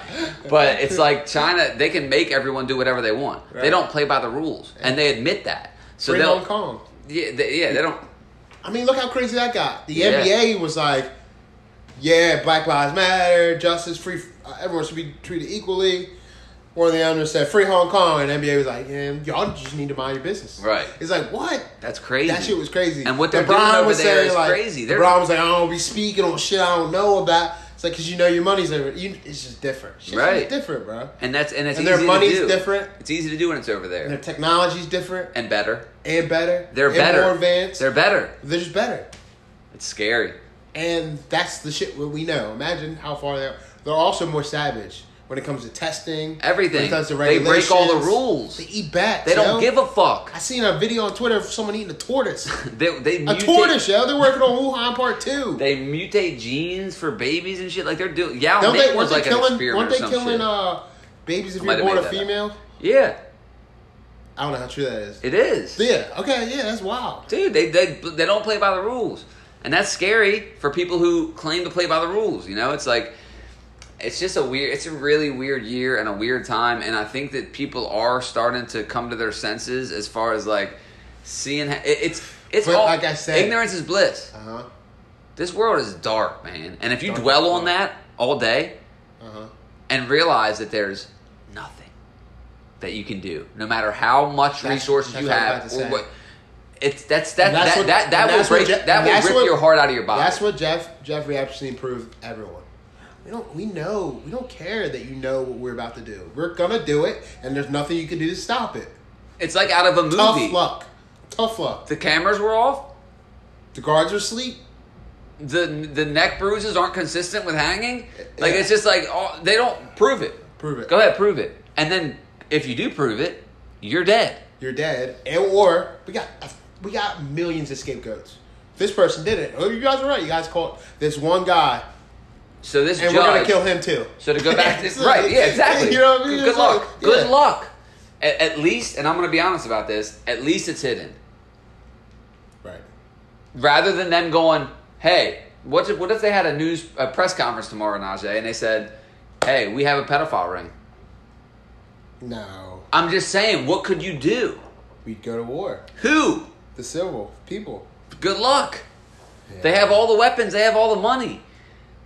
Speaker 2: But it's like China; they can make everyone do whatever they want. They
Speaker 1: Right.
Speaker 2: don't play by the rules, and they admit that. So
Speaker 1: free
Speaker 2: they'll,
Speaker 1: Hong Kong.
Speaker 2: yeah, they, yeah, they don't.
Speaker 1: I mean, look how crazy that got. The
Speaker 2: Yeah.
Speaker 1: NBA was like, yeah, Black Lives Matter, justice, free, uh, everyone should be treated equally. One of the owners said, free Hong Kong. And NBA was like, yeah, y'all just need to mind your business.
Speaker 2: Right.
Speaker 1: It's like, what?
Speaker 2: That's crazy.
Speaker 1: That shit was crazy.
Speaker 2: And what they're doing over there is crazy. They're-
Speaker 1: LeBron was like, I don't be speaking on shit I don't know about. It's It's like because you know your money's over. You, it's just different. Shit's just
Speaker 2: Right.
Speaker 1: different, bro.
Speaker 2: And that's and it's
Speaker 1: And
Speaker 2: easy
Speaker 1: their money's
Speaker 2: to do.
Speaker 1: different.
Speaker 2: It's easy to do when it's over there.
Speaker 1: And their technology's different
Speaker 2: and better.
Speaker 1: and better.
Speaker 2: They're
Speaker 1: and
Speaker 2: better.
Speaker 1: More advanced.
Speaker 2: They're better.
Speaker 1: They're just better.
Speaker 2: It's scary.
Speaker 1: And that's the shit what we know. Imagine how far they're. They're also more savage when it comes to testing. When
Speaker 2: Everything.
Speaker 1: it comes to
Speaker 2: They break all the
Speaker 1: regulations.
Speaker 2: rules.
Speaker 1: They eat bats.
Speaker 2: They don't
Speaker 1: yo.
Speaker 2: give a fuck.
Speaker 1: [LAUGHS] I seen a video on Twitter of someone eating a
Speaker 2: [LAUGHS]
Speaker 1: tortoise.
Speaker 2: They they
Speaker 1: A
Speaker 2: mutate,
Speaker 1: tortoise, yo. They're working on Wuhan Part Two.
Speaker 2: They mutate genes for babies and shit. Like they're doing. Yeah,
Speaker 1: Don't they?
Speaker 2: Mink
Speaker 1: Weren't
Speaker 2: was
Speaker 1: they
Speaker 2: like an
Speaker 1: killing?
Speaker 2: experiment
Speaker 1: Weren't
Speaker 2: or
Speaker 1: they
Speaker 2: some
Speaker 1: killing
Speaker 2: shit.
Speaker 1: uh, babies if
Speaker 2: I might
Speaker 1: you're
Speaker 2: have
Speaker 1: born a
Speaker 2: made that up.
Speaker 1: female?
Speaker 2: yeah,
Speaker 1: I don't know how true that is.
Speaker 2: it is.
Speaker 1: Yeah. Okay. Yeah. That's wild.
Speaker 2: Dude, they, they they don't play by the rules, and that's scary for people who claim to play by the rules. You know, it's like it's just a weird. It's a really weird year and a weird time, and I think that people are starting to come to their senses as far as like seeing. How, it, it's it's
Speaker 1: But
Speaker 2: all,
Speaker 1: like I said-
Speaker 2: ignorance is bliss.
Speaker 1: Uh huh.
Speaker 2: This world is dark, man, and if you
Speaker 1: Dark as
Speaker 2: dwell
Speaker 1: fuck.
Speaker 2: on that all day,
Speaker 1: Uh huh.
Speaker 2: and realize that there's nothing that you can do, no matter how much
Speaker 1: That's-
Speaker 2: resources
Speaker 1: that's
Speaker 2: you
Speaker 1: what I'm
Speaker 2: have
Speaker 1: about to
Speaker 2: or
Speaker 1: say.
Speaker 2: what. It's that's that
Speaker 1: And that's
Speaker 2: that,
Speaker 1: what-
Speaker 2: that that
Speaker 1: and
Speaker 2: will
Speaker 1: that's what
Speaker 2: break
Speaker 1: Je-
Speaker 2: that
Speaker 1: and
Speaker 2: will
Speaker 1: that's
Speaker 2: rip
Speaker 1: what-
Speaker 2: your heart out of your body.
Speaker 1: That's what Jeff Jeffrey Epstein proved everyone. We don't. We know. We don't care that you know what we're about to do. We're gonna do it, and there's nothing you can do to stop it.
Speaker 2: it's like out of a
Speaker 1: Tough
Speaker 2: movie.
Speaker 1: luck. Tough luck.
Speaker 2: The cameras were off.
Speaker 1: The guards are asleep.
Speaker 2: The the neck bruises aren't consistent with hanging. Like
Speaker 1: Yeah.
Speaker 2: it's just like oh, they don't prove it.
Speaker 1: Prove it.
Speaker 2: Go ahead, prove it. And then if you do prove it, you're dead.
Speaker 1: You're dead. And or we got we got millions of scapegoats. This person did it. Oh, you guys are right. You guys caught this one guy,
Speaker 2: So this
Speaker 1: and
Speaker 2: judge,
Speaker 1: we're gonna kill him too.
Speaker 2: So to
Speaker 1: [LAUGHS]
Speaker 2: go back to
Speaker 1: So,
Speaker 2: right, yeah, exactly.
Speaker 1: [LAUGHS] You know what I mean?
Speaker 2: Good
Speaker 1: It's
Speaker 2: luck.
Speaker 1: like-
Speaker 2: Good
Speaker 1: yeah.
Speaker 2: luck. At, at least, and I'm going to be honest about this. At least it's hidden,
Speaker 1: Right.
Speaker 2: rather than them going, "Hey, what if, what if they had a news a press conference tomorrow, Najee, and they said, "Hey, we have a pedophile ring."
Speaker 1: No,
Speaker 2: I'm just saying, what could you do?
Speaker 1: we'd go to war.
Speaker 2: Who?
Speaker 1: The civil people.
Speaker 2: Good luck.
Speaker 1: Yeah.
Speaker 2: They have all the weapons. They have all the money.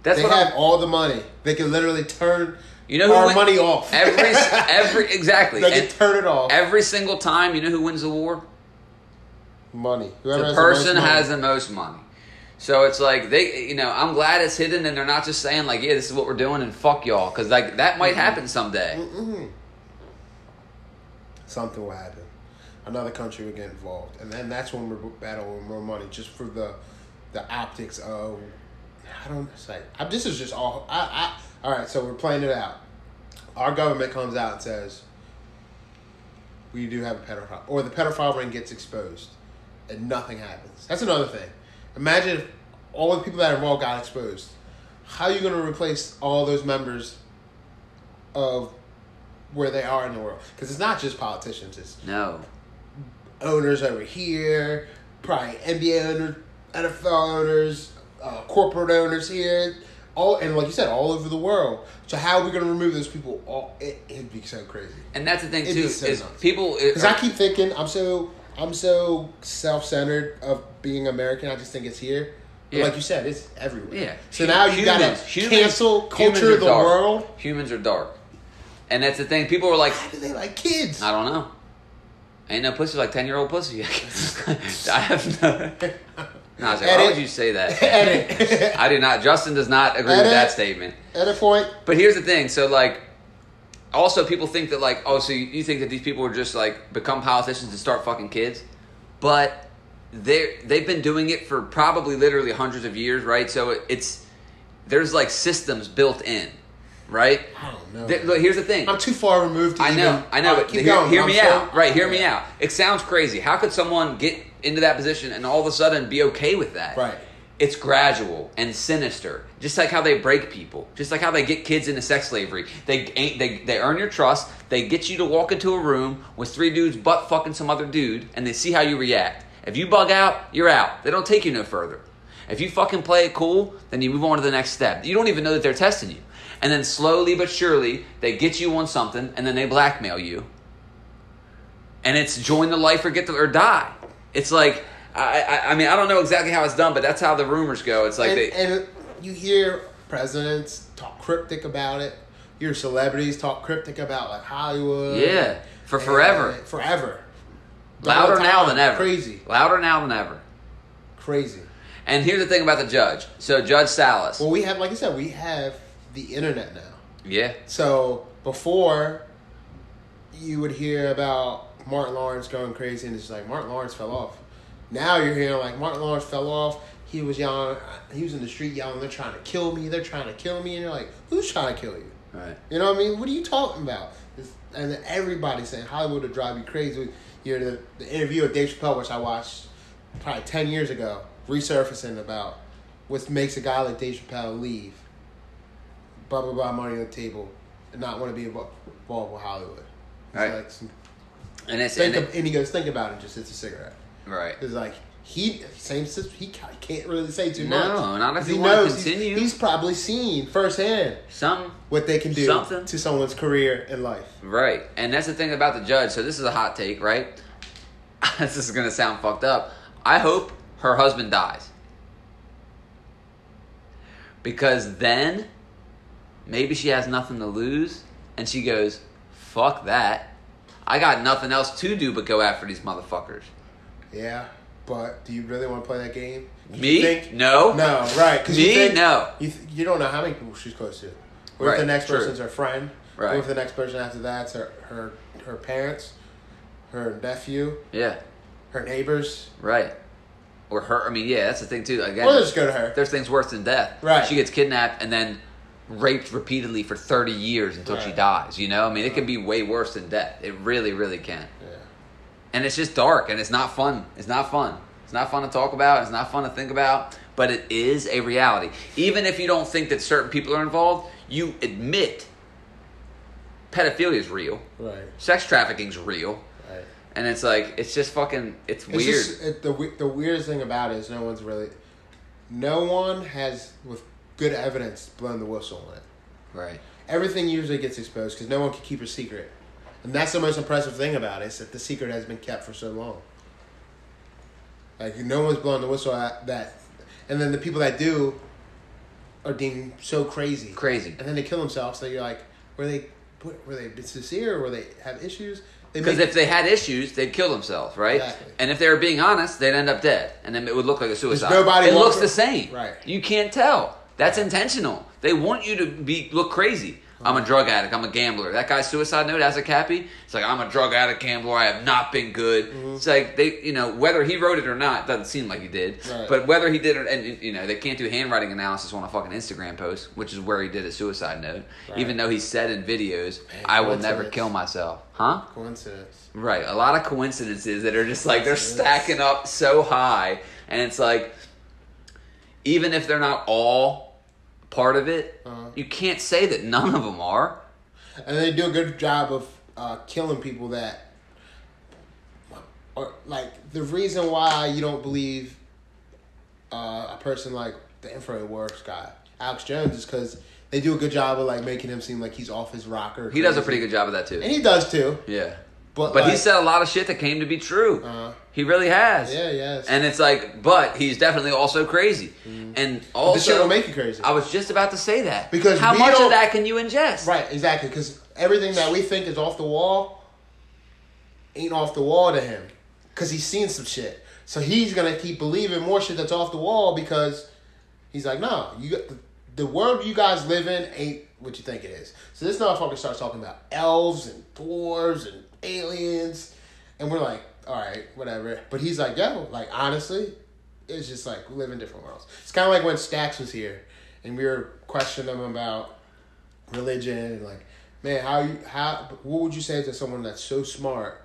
Speaker 2: That's
Speaker 1: They
Speaker 2: what
Speaker 1: have
Speaker 2: I'm,
Speaker 1: all the money. They can literally turn
Speaker 2: you know. Who
Speaker 1: our
Speaker 2: win-
Speaker 1: money off. [LAUGHS]
Speaker 2: every every exactly.
Speaker 1: they can
Speaker 2: And
Speaker 1: turn it off.
Speaker 2: every single time, you know who wins the war?
Speaker 1: money. Whoever
Speaker 2: the
Speaker 1: has
Speaker 2: person
Speaker 1: the most money.
Speaker 2: has the most money. So it's like they, you know, I'm glad it's hidden and they're not just saying like, yeah, this is what we're doing and fuck y'all, because like that might happen someday.
Speaker 1: something will happen. Another country will get involved, and then that's when we're battling more money, just for the the optics of I don't it's like I, this is just all I, I all right. So we're playing it out. Our government comes out and says we do have a pedophile, or the pedophile ring gets exposed, and nothing happens. That's another thing. Imagine if all the people that are involved got exposed. How are you going to replace all those members of where they are in the world. Because it's not just politicians; it's
Speaker 2: No,
Speaker 1: owners over here, probably NBA owners, NFL owners, uh, corporate owners here, all and like you said, all over the world. So how are we going to remove those people? All it, it'd be so crazy.
Speaker 2: and that's the thing
Speaker 1: It'd
Speaker 2: too
Speaker 1: be so
Speaker 2: is
Speaker 1: nuts.
Speaker 2: people.
Speaker 1: Because I keep thinking I'm so I'm so self centered of being American. I just think it's here. But
Speaker 2: Yeah.
Speaker 1: Like you said, it's everywhere.
Speaker 2: Yeah.
Speaker 1: So now you gotta
Speaker 2: Humans- humans-
Speaker 1: cancel
Speaker 2: humans
Speaker 1: culture
Speaker 2: are
Speaker 1: of the
Speaker 2: dark.
Speaker 1: world.
Speaker 2: Humans are dark, and that's the thing. People are like,
Speaker 1: How do they like kids?
Speaker 2: I don't know. Ain't no pussy like ten year old pussy. [LAUGHS] I
Speaker 1: [LAUGHS]
Speaker 2: have no. Najee, why
Speaker 1: Edit.
Speaker 2: would you say
Speaker 1: [LAUGHS]
Speaker 2: that? [LAUGHS]
Speaker 1: Edit.
Speaker 2: I do not. Justin does not agree with
Speaker 1: Edit.
Speaker 2: that statement.
Speaker 1: Edit point.
Speaker 2: But here's the thing. So like, also people think that like, oh, so you- you think that these people are just like become politicians and start fucking kids, but they they've been doing it for probably literally hundreds of years, right? So it, it's there's like systems built in, right?
Speaker 1: I don't know.
Speaker 2: Th- look, here's the thing.
Speaker 1: I'm too far removed. To
Speaker 2: I know,
Speaker 1: even-
Speaker 2: I know,
Speaker 1: All right,
Speaker 2: but hear, hear
Speaker 1: I'm
Speaker 2: me
Speaker 1: sorry.
Speaker 2: out. Right, hear me out. It sounds crazy. How could someone get into that position and all of a sudden be okay with that?
Speaker 1: Right.
Speaker 2: It's gradual and sinister, just like how they break people, just like how they get kids into sex slavery. They ain't, they they earn your trust. They get you to walk into a room with three dudes butt fucking some other dude, and they see how you react. If you bug out, you're out. They don't take you no further. If you fucking play it cool, then you move on to the next step. You don't even know that they're testing you. And then slowly but surely, they get you on something, and then they blackmail you, and it's join the life or get the, or die. It's like I, I I mean I don't know exactly how it's done, but that's how the rumors go. It's like
Speaker 1: And,
Speaker 2: they
Speaker 1: and you hear presidents talk cryptic about it. You hear celebrities talk cryptic about like Hollywood.
Speaker 2: Yeah, for forever.
Speaker 1: And forever. The whole
Speaker 2: louder now
Speaker 1: time.
Speaker 2: than ever.
Speaker 1: Crazy,
Speaker 2: Louder now than ever.
Speaker 1: crazy.
Speaker 2: And here's the thing about the judge. So Judge Salas.
Speaker 1: Well, we have, like I said, we have the internet now.
Speaker 2: Yeah.
Speaker 1: So before, you would hear about Martin Lawrence going crazy, and it's like Martin Lawrence fell off. Now you're hearing like Martin Lawrence fell off. He was yelling. He was in the street yelling, "They're trying to kill me! They're trying to kill me!" And you're like, "Who's trying to kill you?"
Speaker 2: Right.
Speaker 1: You know what I mean? What are you talking about? It's, and then everybody's saying Hollywood will drive you crazy. You know, the, the interview with Dave Chappelle, which I watched probably 10 years ago, resurfacing about what makes a guy like Dave Chappelle leave, blah, blah, blah, money on the table, and not want to be invo- involved with Hollywood. It's
Speaker 2: Right.
Speaker 1: like some-
Speaker 2: And it's
Speaker 1: think
Speaker 2: and
Speaker 1: of,
Speaker 2: it,
Speaker 1: and he goes, think about it, and just hits a cigarette.
Speaker 2: right.
Speaker 1: It's like, he, same, sis- he ca- can't really say too
Speaker 2: No,
Speaker 1: much.
Speaker 2: not if
Speaker 1: 'Cause
Speaker 2: you wanna
Speaker 1: he's-
Speaker 2: continue.
Speaker 1: he's probably seen firsthand
Speaker 2: Some
Speaker 1: what they can do
Speaker 2: Something.
Speaker 1: to someone's career and life.
Speaker 2: Right. And that's the thing about the judge. So this is a hot take, right? [LAUGHS] this is going to sound fucked up. I hope her husband dies. Because then maybe she has nothing to lose and she goes, "Fuck that. I got nothing else to do but go after these motherfuckers."
Speaker 1: Yeah, but do you really want to play that game? You
Speaker 2: Me?
Speaker 1: think-
Speaker 2: No.
Speaker 1: No, right. 'cause
Speaker 2: Me?
Speaker 1: You think-
Speaker 2: No.
Speaker 1: You, th- you don't know how many people she's close to. What if
Speaker 2: Right,
Speaker 1: the next
Speaker 2: true.
Speaker 1: person's her friend?
Speaker 2: Right.
Speaker 1: What if the next person after that's her, her, her parents, her nephew,
Speaker 2: Yeah.
Speaker 1: her neighbors?
Speaker 2: Right. Or her I mean, yeah, that's the thing too. Again,
Speaker 1: Or they just go to her.
Speaker 2: there's things worse than death.
Speaker 1: Right.
Speaker 2: She gets kidnapped and then raped repeatedly for 30 years until she
Speaker 1: Right.
Speaker 2: dies. You know, I mean, it can be way worse than death. It really, really can.
Speaker 1: Yeah.
Speaker 2: And it's just dark and it's not fun. It's not fun. It's not fun to talk about. It's not fun to think about. But it is a reality. Even if you don't think that certain people are involved, you admit pedophilia is real,
Speaker 1: Right.
Speaker 2: sex trafficking's real.
Speaker 1: Right.
Speaker 2: And it's like, it's just fucking, it's
Speaker 1: It's
Speaker 2: weird.
Speaker 1: just it, the we- the weirdest thing about it is no one's really, no one has with good evidence blown the whistle on it.
Speaker 2: right.
Speaker 1: everything usually gets exposed because no one can keep a secret. And that's the most impressive thing about it is that the secret has been kept for so long. Like no one's blowing the whistle at that, and then the people that do are deemed so crazy,
Speaker 2: Crazy.
Speaker 1: and then they kill themselves. So you're like, were they were they sincere? Were they have issues? They
Speaker 2: Because
Speaker 1: make-
Speaker 2: if they had issues, they'd kill themselves, right?
Speaker 1: Exactly.
Speaker 2: And if they were being honest, they'd end up dead, and then it would look like a suicide.
Speaker 1: nobody
Speaker 2: it
Speaker 1: walking-
Speaker 2: looks the same,
Speaker 1: Right.
Speaker 2: You can't tell. That's intentional. They want you to be look crazy. I'm a drug addict. I'm a gambler. That guy's suicide note as a cappy. It's like I'm a drug addict, gambler. I have not been good.
Speaker 1: Mm-hmm.
Speaker 2: It's like they, you know, whether he wrote it or not, doesn't seem like he did.
Speaker 1: Right.
Speaker 2: But whether he did it, and you know, they can't do handwriting analysis on a fucking Instagram post, which is where he did his suicide note.
Speaker 1: Right.
Speaker 2: Even though he said in videos,
Speaker 1: Man,
Speaker 2: "I will
Speaker 1: what's
Speaker 2: never
Speaker 1: this?
Speaker 2: kill myself," huh?
Speaker 1: coincidence.
Speaker 2: Right, a lot of coincidences that are just like they're stacking up so high, and it's like even if they're not all part of it,
Speaker 1: Uh-huh.
Speaker 2: you can't say that none of them are.
Speaker 1: and they do a good job of uh, killing people that or like the reason why you don't believe uh, a person like the infrared works guy alex jones is because they do a good job of like making him seem like he's off his rocker
Speaker 2: He does a pretty good job of that too.
Speaker 1: and he does too
Speaker 2: Yeah,
Speaker 1: but
Speaker 2: but he
Speaker 1: like-
Speaker 2: said a lot of shit that came to be true.
Speaker 1: Uh-huh.
Speaker 2: He really has.
Speaker 1: yeah yes
Speaker 2: And it's like, but he's definitely also crazy, and
Speaker 1: Mm-hmm. this shit
Speaker 2: also
Speaker 1: will make you crazy
Speaker 2: I was just about to say that
Speaker 1: Because
Speaker 2: how
Speaker 1: we
Speaker 2: much of
Speaker 1: don't-
Speaker 2: that can you ingest?
Speaker 1: right exactly because everything that we think is off the wall ain't off the wall to him because he's seen some shit so he's gonna keep believing more shit that's off the wall because he's like no you got the, the world you guys live in ain't what you think it is so this motherfucker starts talking about elves and dwarves and aliens and we're like all right whatever but he's like yo like honestly it's just like we live in different worlds it's kind of like when Stax was here and we were questioning him about religion and like man how you how what would you say to someone that's so smart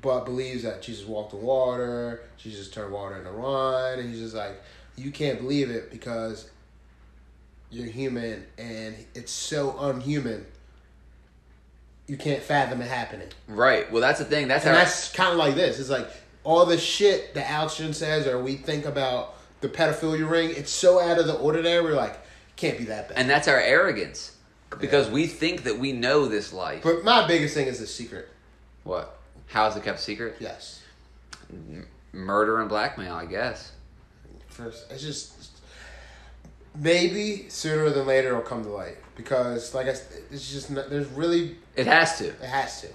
Speaker 1: but believes that jesus walked on water jesus turned water into wine and he's just like you can't believe it because you're human and it's so unhuman you can't fathom it happening
Speaker 2: Right. Well, that's the thing. That's
Speaker 1: and
Speaker 2: how
Speaker 1: that's kind of like this. It's like all the shit that Alston says, or we think about the pedophilia ring. It's so out of the ordinary. We're like, can't be that bad.
Speaker 2: and that's our arrogance because we think that we know this life.
Speaker 1: But my biggest thing is the secret.
Speaker 2: what? How is it kept secret?
Speaker 1: Yes.
Speaker 2: Murder and blackmail, I guess.
Speaker 1: First, it's just maybe sooner than later it'll come to light because, like I, s- it's just not, there's really
Speaker 2: It has to. It
Speaker 1: it has to.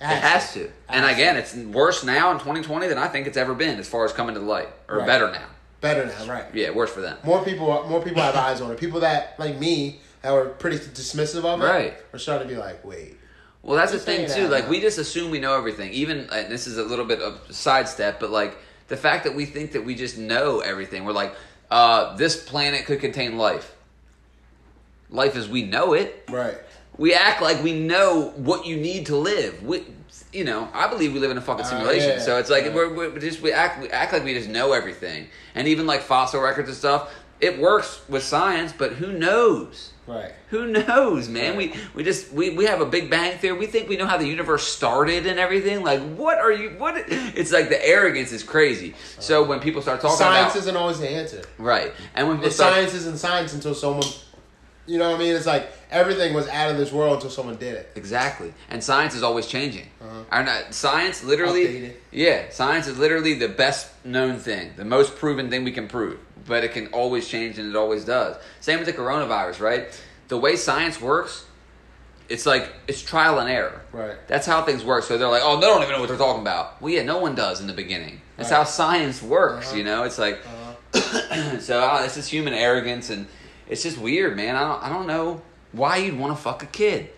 Speaker 1: It has,
Speaker 2: has, to. And again, it's worse now in 2020 than I think it's ever been as far as coming to light or
Speaker 1: Right.
Speaker 2: better now.
Speaker 1: Better now, right?
Speaker 2: Yeah, worse for them.
Speaker 1: More people, more people have eyes on it. People that like me that were pretty dismissive of it,
Speaker 2: Right.
Speaker 1: are starting to be like, wait,
Speaker 2: Well, that's the
Speaker 1: Just
Speaker 2: thing
Speaker 1: saying
Speaker 2: too.
Speaker 1: that,
Speaker 2: Like
Speaker 1: huh?
Speaker 2: we just assume we know everything. Even and this is a little bit of a sidestep, but like the fact that we think that we just know everything. We're like, uh, this planet could contain life. Life as we know it.
Speaker 1: right?
Speaker 2: We act like we know what you need to live. We, you know, I believe we live in a fucking
Speaker 1: Uh,
Speaker 2: simulation.
Speaker 1: yeah,
Speaker 2: so it's like
Speaker 1: yeah.
Speaker 2: we're, we're just we act we act like we just know everything. And even like fossil records and stuff, it works with science, but who knows?
Speaker 1: Right.
Speaker 2: Who knows, man?
Speaker 1: Right.
Speaker 2: We we just we, we have a Big Bang theory. We think we know how the universe started and everything. Like, what are you? What? It's like the arrogance is crazy. So when people start talking
Speaker 1: Uh, Science
Speaker 2: about
Speaker 1: isn't always the answer.
Speaker 2: right, and when people
Speaker 1: It's
Speaker 2: start,
Speaker 1: science isn't science until someone, you know what I mean? It's like everything was out of this world until someone did it.
Speaker 2: Exactly, and science is always changing. And, uh, science literally,
Speaker 1: Uh-huh. Updated.
Speaker 2: yeah, science is literally the best known thing, the most proven thing we can prove. But it can always change, and it always does. Same with the coronavirus, right? The way science works, it's like it's trial and error.
Speaker 1: Right.
Speaker 2: That's how things work. So they're like, oh, they don't even know what they're talking about. Well, yeah, no one does in the beginning. That's
Speaker 1: Right.
Speaker 2: how science works.
Speaker 1: Uh-huh.
Speaker 2: You know, it's like [CLEARS THROAT] so uh, it's just human arrogance, and it's just weird, man. I don't, I don't know why you'd want to fuck a kid,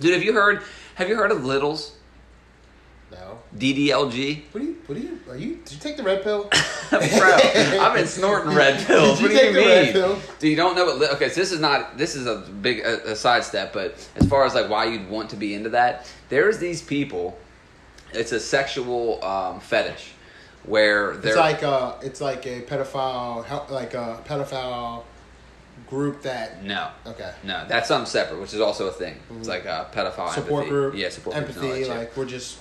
Speaker 2: dude. Have you heard? Have you heard of Littles
Speaker 1: No.
Speaker 2: DDLG?
Speaker 1: What do you? What do you? Are you? Did you take the red
Speaker 2: [COUGHS]
Speaker 1: pill?
Speaker 2: [LAUGHS] Bro, I've been snorting red pills.
Speaker 1: Did you
Speaker 2: what do you
Speaker 1: take the red
Speaker 2: mean?
Speaker 1: pill?
Speaker 2: Dude, you don't know what? Li- okay, so this is not. This is a big a, a sidestep, but as far as like why you'd want to be into that, there's these people. It's a sexual um, fetish where they're
Speaker 1: It's like uh, it's like a pedophile, hel- like a pedophile group that.
Speaker 2: no.
Speaker 1: Okay. Mm-hmm.
Speaker 2: No, that's something separate, which is also a thing. It's like a pedophile
Speaker 1: Support
Speaker 2: empathy.
Speaker 1: group.
Speaker 2: yeah, support groups
Speaker 1: empathy.
Speaker 2: and all that shit.
Speaker 1: like we're just.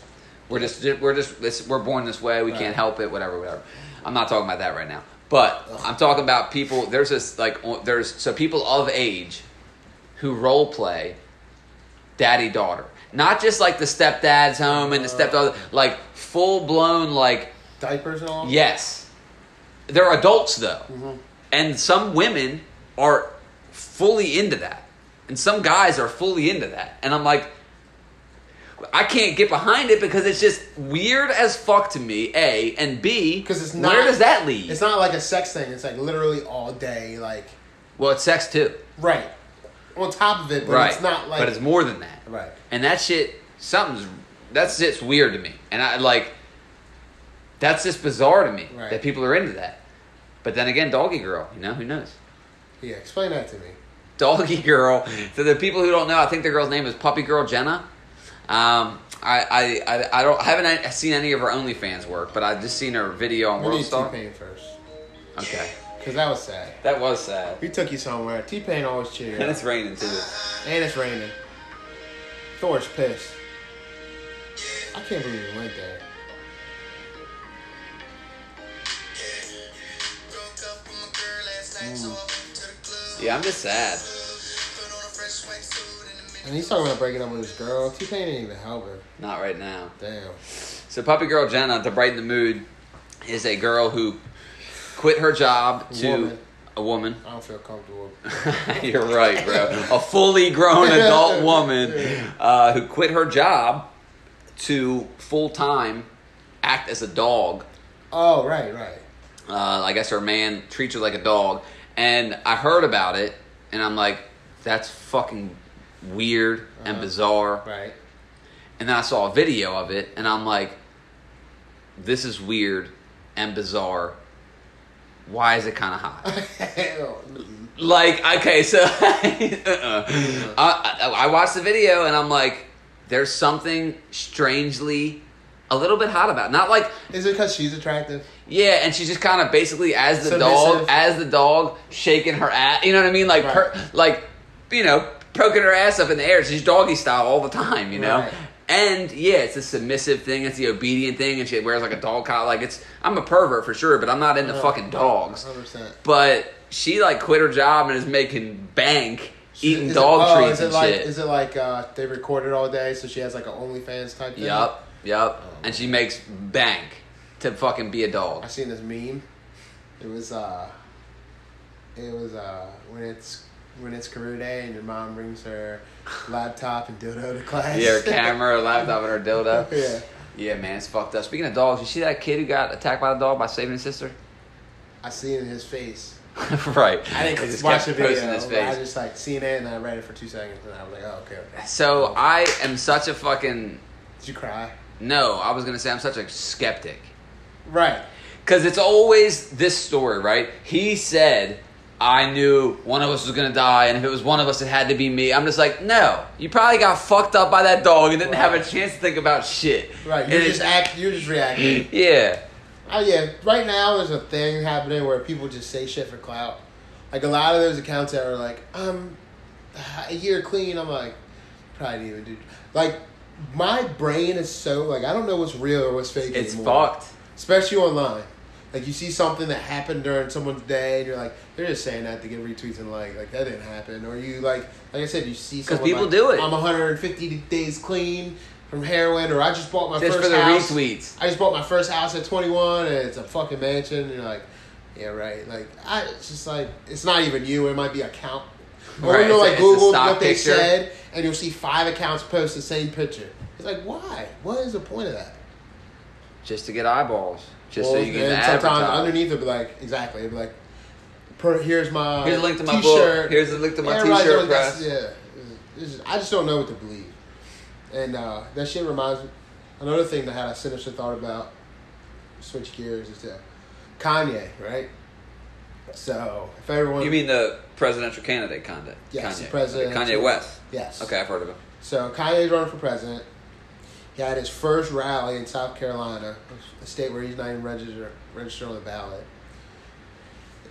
Speaker 2: We're just we're just this, we're born this way. We
Speaker 1: Right.
Speaker 2: can't help it. Whatever, whatever. I'm not talking about that right now. But I'm talking about people. There's this like o- there's so people of age who role play daddy daughter, not just like the stepdad's home and the stepdaughter, like full blown like
Speaker 1: Diapers and all.
Speaker 2: yes, they're adults though,
Speaker 1: Mm-hmm.
Speaker 2: and some women are fully into that, and some guys are fully into that, and I'm like. I can't get behind it because it's just weird as fuck to me. A and B.
Speaker 1: 'Cause it's not-
Speaker 2: Where does that lead?
Speaker 1: It's not like a sex thing. It's like literally all day. Like
Speaker 2: well, it's sex too,
Speaker 1: right on top of it, but
Speaker 2: right?
Speaker 1: it's not like.
Speaker 2: but it's more than that,
Speaker 1: Right.
Speaker 2: And that shit, something's that shit's weird to me, and I like. That's just bizarre to me
Speaker 1: Right.
Speaker 2: that people are into that. But then again, doggy girl, you know who knows?
Speaker 1: yeah. Explain that to me.
Speaker 2: Doggy [LAUGHS] Girl.
Speaker 1: Mm.
Speaker 2: To the people who don't know, I think the girl's name is Puppy Girl Jenna. Um, I, I, I, I don't I haven't seen any of her OnlyFans work, but I've just seen her video on
Speaker 1: We
Speaker 2: World
Speaker 1: need T
Speaker 2: Star.
Speaker 1: Pain first,
Speaker 2: Okay,
Speaker 1: cause that was sad.
Speaker 2: that was sad.
Speaker 1: We took you somewhere. T Pain always cheered.
Speaker 2: And it's raining too.
Speaker 1: And it's raining. Thor's pissed. I can't believe it went there.
Speaker 2: Yeah, I'm just sad.
Speaker 1: And he's talking about breaking up with his girl. T Pain didn't even help her.
Speaker 2: Not right now.
Speaker 1: Damn.
Speaker 2: So Puppy Girl Jenna, to brighten the mood, is a girl who quit her job to
Speaker 1: Woman.
Speaker 2: a woman.
Speaker 1: I don't feel comfortable.
Speaker 2: [LAUGHS] You're right, bro. A fully grown
Speaker 1: [LAUGHS]
Speaker 2: adult woman uh, who quit her job to full time act as a dog.
Speaker 1: Oh, right, right.
Speaker 2: Uh, I guess her man treats her like a dog. And I heard about it, and I'm like, that's fucking weird and
Speaker 1: Uh-huh.
Speaker 2: bizarre.
Speaker 1: Right. [LAUGHS]
Speaker 2: And then I saw a video of it, and I'm like, this is weird and bizarre. Why is it kind of hot? Like, okay, so [LAUGHS] uh-uh. I, I, I watched the video and I'm like, there's something strangely a little bit hot about. it. Not like,
Speaker 1: Is it because she's attractive?
Speaker 2: yeah, and she's just kind of basically as the dog,
Speaker 1: Submissive.
Speaker 2: as the dog shaking her ass. You know what I mean? Like,
Speaker 1: Right.
Speaker 2: per, like, you know, poking her ass up in the air. She's doggy style all the time. You know.
Speaker 1: Right.
Speaker 2: And yeah, it's a submissive thing. It's the obedient thing, and she wears like a dog collar. Like it's, I'm a pervert for sure, but I'm not into
Speaker 1: Uh,
Speaker 2: fucking dogs
Speaker 1: 100%.
Speaker 2: but she like quit her job and is making bank eating
Speaker 1: Is it-
Speaker 2: dog
Speaker 1: oh,
Speaker 2: treats
Speaker 1: is it
Speaker 2: and
Speaker 1: like,
Speaker 2: shit.
Speaker 1: Is it like uh, they recorded all day, so she has like Oh. an OnlyFans type thing?
Speaker 2: Yup, yup. And she makes bank to fucking be a
Speaker 1: [LAUGHS]
Speaker 2: dog.
Speaker 1: I seen this meme. It was uh it was uh when it's when it's career day and your mom brings her laptop and dildo to class.
Speaker 2: Yeah, her camera, her laptop, and her
Speaker 1: [LAUGHS]
Speaker 2: dildo.
Speaker 1: Yeah.
Speaker 2: Yeah, man, it's fucked up. Speaking of dogs, you see that kid who got attacked by the dog by saving his sister?
Speaker 1: [LAUGHS]
Speaker 2: [LAUGHS]
Speaker 1: I seen in his face.
Speaker 2: right.
Speaker 1: I
Speaker 2: They
Speaker 1: didn't
Speaker 2: just
Speaker 1: watch
Speaker 2: kept
Speaker 1: the
Speaker 2: posting
Speaker 1: video.
Speaker 2: his
Speaker 1: but I
Speaker 2: face.
Speaker 1: just like seen it and I read it for two seconds and I was like, oh okay. okay.
Speaker 2: So I am such a fucking
Speaker 1: Did you cry?
Speaker 2: no. I was gonna say I'm such a skeptic
Speaker 1: Right.
Speaker 2: because it's always this story, right? He said. I knew one of us was gonna die, and if it was one of us, it had to be me. I'm just like, no, you probably got fucked up by that dog and didn't have a
Speaker 1: Right.
Speaker 2: chance to think about shit.
Speaker 1: Right.
Speaker 2: And
Speaker 1: You
Speaker 2: it-
Speaker 1: just act. You just
Speaker 2: [CLEARS THROAT]
Speaker 1: reacting.
Speaker 2: yeah,
Speaker 1: Oh yeah. Right now, there's a thing happening where people just say shit for clout. Like a lot of those accounts that are like, um, I'm a year clean. I'm like, probably didn't even do. Like, my brain is so like I don't know what's real or what's fake.
Speaker 2: it's
Speaker 1: anymore.
Speaker 2: fucked.
Speaker 1: especially online. Like you see something that happened during someone's day, and you're like, they're just saying that to get retweets and like, like that didn't happen. Or you like, like I said, you see because
Speaker 2: people do it.
Speaker 1: I'm 150 days clean from heroin, or I just bought my
Speaker 2: Just
Speaker 1: first
Speaker 2: for the
Speaker 1: house.
Speaker 2: retweets.
Speaker 1: I just bought my first house at 21, and it's a fucking mansion. And you're like, yeah, right. Like I, it's just like it's not even you. It might be a count. Or
Speaker 2: Right,
Speaker 1: you know, like
Speaker 2: it's a- it's a
Speaker 1: Google
Speaker 2: stock
Speaker 1: what they
Speaker 2: picture.
Speaker 1: said, and you'll see five accounts post the same picture. It's like, why? What is the point of that?
Speaker 2: just to get eyeballs, just so
Speaker 1: Well,
Speaker 2: you can
Speaker 1: and
Speaker 2: advertise.
Speaker 1: sometimes underneath it'll be like exactly it'll be like per, here's my
Speaker 2: Here's a link to my
Speaker 1: t-shirt.
Speaker 2: book. Here's a link to my
Speaker 1: Everybody's
Speaker 2: t-shirt
Speaker 1: always got-
Speaker 2: press.
Speaker 1: yeah It's just- I just don't know what to believe and uh, that shit reminds me another thing that I had a sinister thought about switch gears is that Kanye right so if everyone
Speaker 2: You mean the presidential candidate Kanye?
Speaker 1: Yes,
Speaker 2: Kanye.
Speaker 1: presidential.
Speaker 2: Okay, Kanye West.
Speaker 1: yes
Speaker 2: Okay, I've heard of him.
Speaker 1: so Kanye's running for president. He had his first rally in South Carolina, a state where he's not even registered registered on the ballot.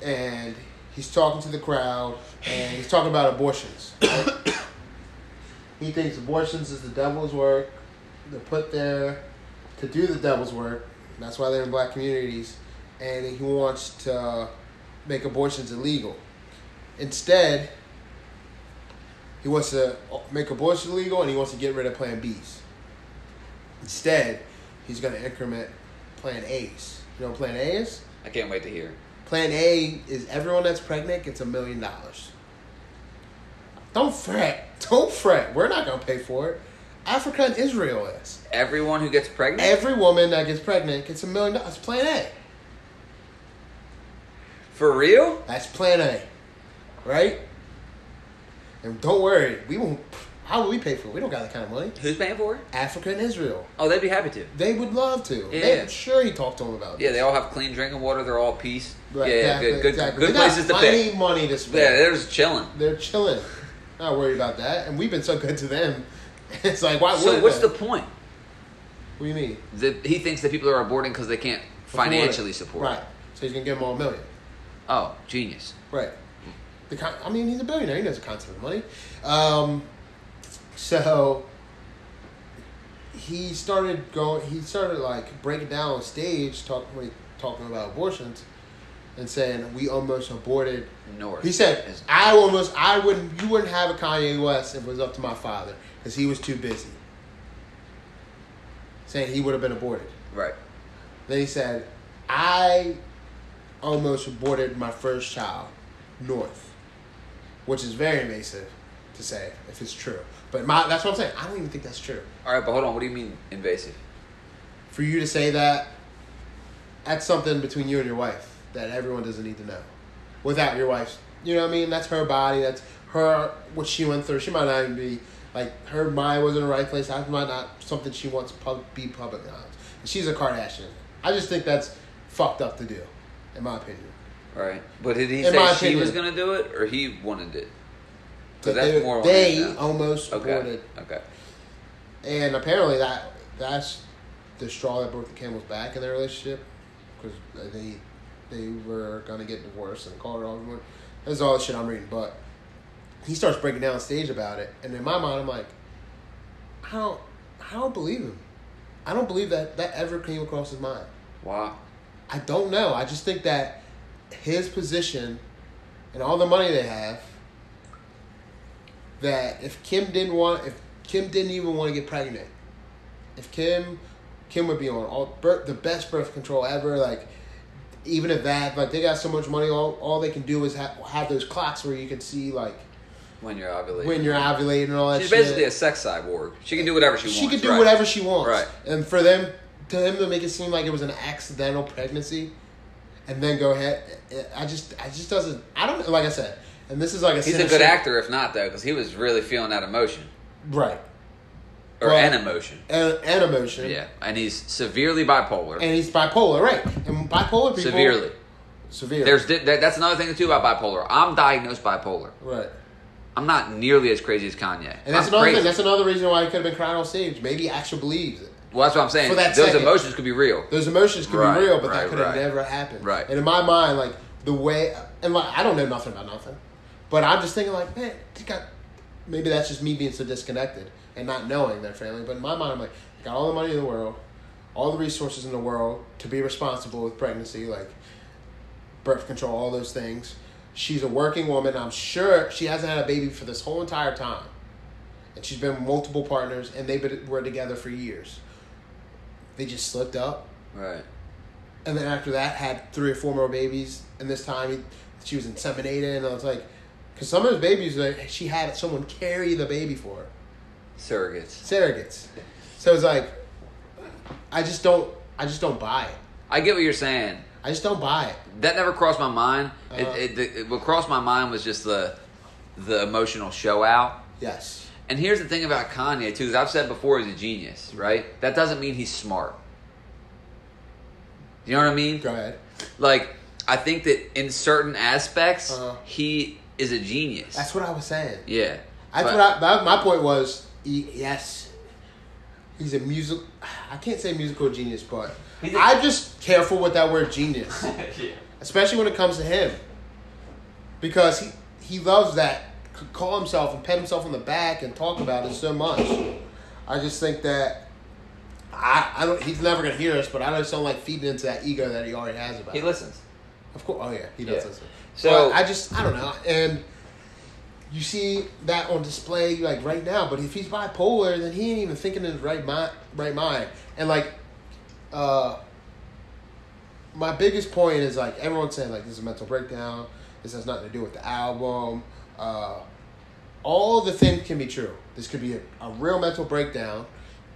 Speaker 1: And he's talking to the crowd, and he's talking about abortions. [COUGHS] right? he thinks abortions is the devil's work. They're put there to do the devil's work. And that's why they're in black communities, and he wants to make abortions illegal. Instead, he wants to make abortion illegal and he wants to get rid of Plan Bs. Instead, he's going to increment Plan As. You know what Plan A is?
Speaker 2: I can't wait to hear.
Speaker 1: Plan A is everyone that's pregnant gets a million dollars. Don't fret. [LAUGHS] Don't fret. We're not going to pay for it. Africa and Israel is.
Speaker 2: Everyone who gets pregnant.
Speaker 1: Every woman that gets pregnant gets a million dollars. That's Plan A.
Speaker 2: for real?
Speaker 1: That's Plan A, right? And don't worry, we won't. How will we pay for it? We don't got that kind of money.
Speaker 2: Who's paying for it?
Speaker 1: Africa and Israel.
Speaker 2: Oh, they'd be happy to.
Speaker 1: They would love to. They,
Speaker 2: Yeah.
Speaker 1: I'm sure he talked to them about
Speaker 2: Yeah,
Speaker 1: this.
Speaker 2: they all have clean drinking water. They're all peace.
Speaker 1: Right,
Speaker 2: yeah, yeah,
Speaker 1: exactly,
Speaker 2: good, good,
Speaker 1: exactly.
Speaker 2: good
Speaker 1: they got
Speaker 2: places to
Speaker 1: plenty
Speaker 2: pick.
Speaker 1: money to spend.
Speaker 2: Yeah, they're just chilling.
Speaker 1: they're chilling. Not worried about that. And we've been so good to them. [LAUGHS] It's like, why
Speaker 2: So
Speaker 1: would
Speaker 2: what's
Speaker 1: they?
Speaker 2: the point?
Speaker 1: What do you mean?
Speaker 2: That he thinks that people are aborting because they can't financially support. it.
Speaker 1: Right. So he's going to give them all a million.
Speaker 2: Oh, genius.
Speaker 1: Right. The con- I mean, he's a billionaire. He knows the concept of money. Um, so he started going. He started like breaking down on stage, talk, when he, talking about abortions, and saying we almost aborted.
Speaker 2: North.
Speaker 1: He said,
Speaker 2: is-
Speaker 1: "I almost, I wouldn't, you wouldn't have a Kanye West if it was up to my father, because he was too busy." Saying he would have been aborted.
Speaker 2: right.
Speaker 1: Then he said, I almost aborted my first child, North, which is very invasive to say if it's true. But my, that's what I'm saying. I don't even think that's true.
Speaker 2: All right, but hold on. What do you mean invasive?
Speaker 1: For you to say that, that's something between you and your wife that everyone doesn't need to know. Without your wife's, you know what I mean? That's her body. That's her, what she went through. She might not even be, like, her mind was in the right place. That might not something she wants to pub, be public knowledge. And she's a Kardashian. I just think that's fucked up to do, in my opinion.
Speaker 2: All right. But did he
Speaker 1: In my
Speaker 2: say she
Speaker 1: opinion.
Speaker 2: was going to do it or he wanted it?
Speaker 1: That
Speaker 2: Because that's
Speaker 1: they,
Speaker 2: more on
Speaker 1: they
Speaker 2: him now.
Speaker 1: almost
Speaker 2: Okay.
Speaker 1: aborted.
Speaker 2: Okay.
Speaker 1: And apparently that that's the straw that broke the camel's back in their relationship because they they were gonna get divorced and called it all. That's all the shit I'm reading, but he starts breaking down stage about it, and in my mind I'm like, I don't I don't believe him. I don't believe that that ever came across his mind.
Speaker 2: Wow.
Speaker 1: I don't know. I just think that his position and all the money they have, that if Kim didn't want, if Kim didn't even want to get pregnant, if Kim, Kim would be on all birth, the best birth control ever. Like, even if that, like they got so much money, all all they can do is have, have those clocks where you can see like
Speaker 2: When you're ovulating.
Speaker 1: when you're ovulating and all that.
Speaker 2: She's
Speaker 1: shit.
Speaker 2: basically a sex cyborg. She can do whatever she,
Speaker 1: She
Speaker 2: wants.
Speaker 1: could do
Speaker 2: right?
Speaker 1: whatever she wants.
Speaker 2: Right.
Speaker 1: And for them to him to make it seem like it was an accidental pregnancy and then go ahead. I just, I just doesn't. I don't like I said, and this is like a.
Speaker 2: He's a
Speaker 1: sinister-
Speaker 2: good actor, if not though, because he was really feeling that emotion
Speaker 1: right?
Speaker 2: or
Speaker 1: Well-
Speaker 2: an emotion.
Speaker 1: And, and emotion.
Speaker 2: Yeah, and he's severely bipolar.
Speaker 1: And he's bipolar, right? And bipolar people
Speaker 2: severely.
Speaker 1: Severely.
Speaker 2: There's di- that, that's another thing too about bipolar. I'm diagnosed bipolar.
Speaker 1: right.
Speaker 2: I'm not nearly as crazy as Kanye.
Speaker 1: And that's
Speaker 2: I'm
Speaker 1: another
Speaker 2: crazy.
Speaker 1: thing. That's another reason why he could have been crying on stage. Maybe he actually believes it.
Speaker 2: well, that's what I'm saying.
Speaker 1: For that
Speaker 2: Those
Speaker 1: second.
Speaker 2: emotions could be real.
Speaker 1: Those emotions could
Speaker 2: Right,
Speaker 1: be real, but
Speaker 2: right,
Speaker 1: that could have
Speaker 2: right.
Speaker 1: never happened.
Speaker 2: Right.
Speaker 1: And in my mind, like the way, and like I don't know nothing about nothing, but I'm just thinking like, man, he got. Maybe that's just me being so disconnected and not knowing their family. But in my mind, I'm like, I got all the money in the world, all the resources in the world to be responsible with pregnancy, like birth control, all those things. She's a working woman. I'm sure she hasn't had a baby for this whole entire time. And she's been with multiple partners, and they been, were together for years. They just slipped up
Speaker 2: Right.
Speaker 1: and then after that had three or four more babies and this time he, she was inseminated and i was like because some of his babies like she had someone carry the baby for her
Speaker 2: Surrogates.
Speaker 1: surrogates so it's like i just don't i just don't buy it
Speaker 2: I get what you're saying.
Speaker 1: i just don't buy it
Speaker 2: That never crossed my mind. It,
Speaker 1: Uh-huh.
Speaker 2: it, the- it- what crossed my mind was just the the emotional show out.
Speaker 1: yes
Speaker 2: And here's the thing about Kanye too, 'cause I've said before, he's a genius, right? That doesn't mean he's smart. You know what I mean?
Speaker 1: go ahead
Speaker 2: Like, I think that in certain aspects,
Speaker 1: Uh-huh.
Speaker 2: he is a genius.
Speaker 1: that's what i was saying
Speaker 2: yeah.
Speaker 1: that's
Speaker 2: But-
Speaker 1: what I, that, my point was he, yes he's a music i can't say musical genius but
Speaker 2: He's a-
Speaker 1: i'm just careful with that word
Speaker 2: [LAUGHS]
Speaker 1: genius especially when it comes to him, because he he loves that c- call himself and pat himself on the back and talk about it so much. I just think that I I don't he's never gonna hear us, but I just don't like feeding into that ego that he already has about.
Speaker 2: He
Speaker 1: it.
Speaker 2: listens.
Speaker 1: Of course. Oh yeah, he does
Speaker 2: Yeah.
Speaker 1: listen.
Speaker 2: So-
Speaker 1: So I just I don't know, and you see that on display like right now. But if he's bipolar, then he ain't even thinking in his right mind. Right mind, and like, uh, my biggest point is like everyone's saying like this is a mental breakdown. This has nothing to do with the album. Uh, all the things can be true. This could be a, a real mental breakdown.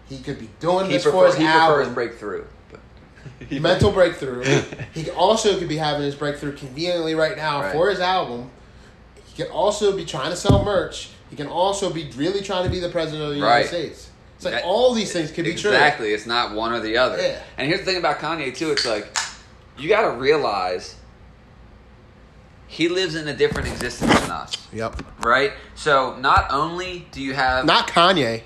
Speaker 1: He could be doing
Speaker 2: He,
Speaker 1: this
Speaker 2: prefer,
Speaker 1: for his
Speaker 2: he prefers
Speaker 1: album
Speaker 2: breakthrough. But
Speaker 1: mental
Speaker 2: [LAUGHS]
Speaker 1: breakthrough. he also could be having his breakthrough conveniently right now
Speaker 2: Right.
Speaker 1: for his album. He could also be trying to sell merch. He can also be really trying to be the president of the
Speaker 2: Right.
Speaker 1: United States. It's like
Speaker 2: That-
Speaker 1: all these things could be true.
Speaker 2: Exactly. It's not one or the other.
Speaker 1: Yeah.
Speaker 2: And here's the thing about Kanye too. It's like you got to realize he lives in a different existence than us,
Speaker 1: Yep.
Speaker 2: right? So not only do you have
Speaker 1: Not Kanye.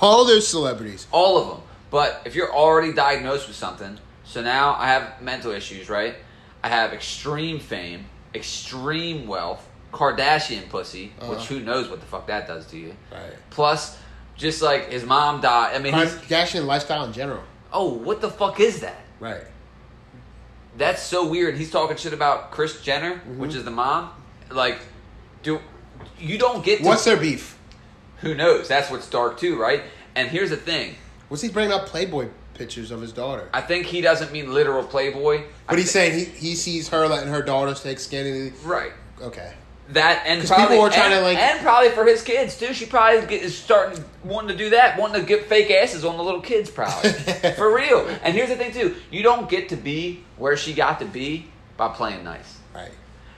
Speaker 1: All those celebrities.
Speaker 2: all of them, but if you're already diagnosed with something, so now I have mental issues, right? I have extreme fame, extreme wealth, Kardashian pussy, which
Speaker 1: Uh-huh.
Speaker 2: who knows what the fuck that does to you.
Speaker 1: Right.
Speaker 2: Plus, just like his mom died. I mean, he's,
Speaker 1: Kardashian lifestyle in general.
Speaker 2: oh, what the fuck is that?
Speaker 1: Right.
Speaker 2: That's so weird. He's talking shit about Chris Jenner,
Speaker 1: Mm-hmm.
Speaker 2: which is the mom. Like, do you don't get to,
Speaker 1: What's their beef?
Speaker 2: who knows? That's what's dark too, right? And here's the thing:
Speaker 1: What's he bringing up Playboy pictures of his daughter?
Speaker 2: I think he doesn't mean literal Playboy.
Speaker 1: But
Speaker 2: I
Speaker 1: he's
Speaker 2: thi-
Speaker 1: saying he, he sees her letting her daughters take skinny.
Speaker 2: right.
Speaker 1: Okay.
Speaker 2: That and
Speaker 1: 'Cause
Speaker 2: probably
Speaker 1: people were trying to,
Speaker 2: and,
Speaker 1: like-
Speaker 2: and probably for his kids too. She probably get, is starting wanting to do that, wanting to get fake asses on the little
Speaker 1: [LAUGHS]
Speaker 2: kids, probably for real. And here's the thing too: you don't get to be where she got to be by playing nice.
Speaker 1: Right.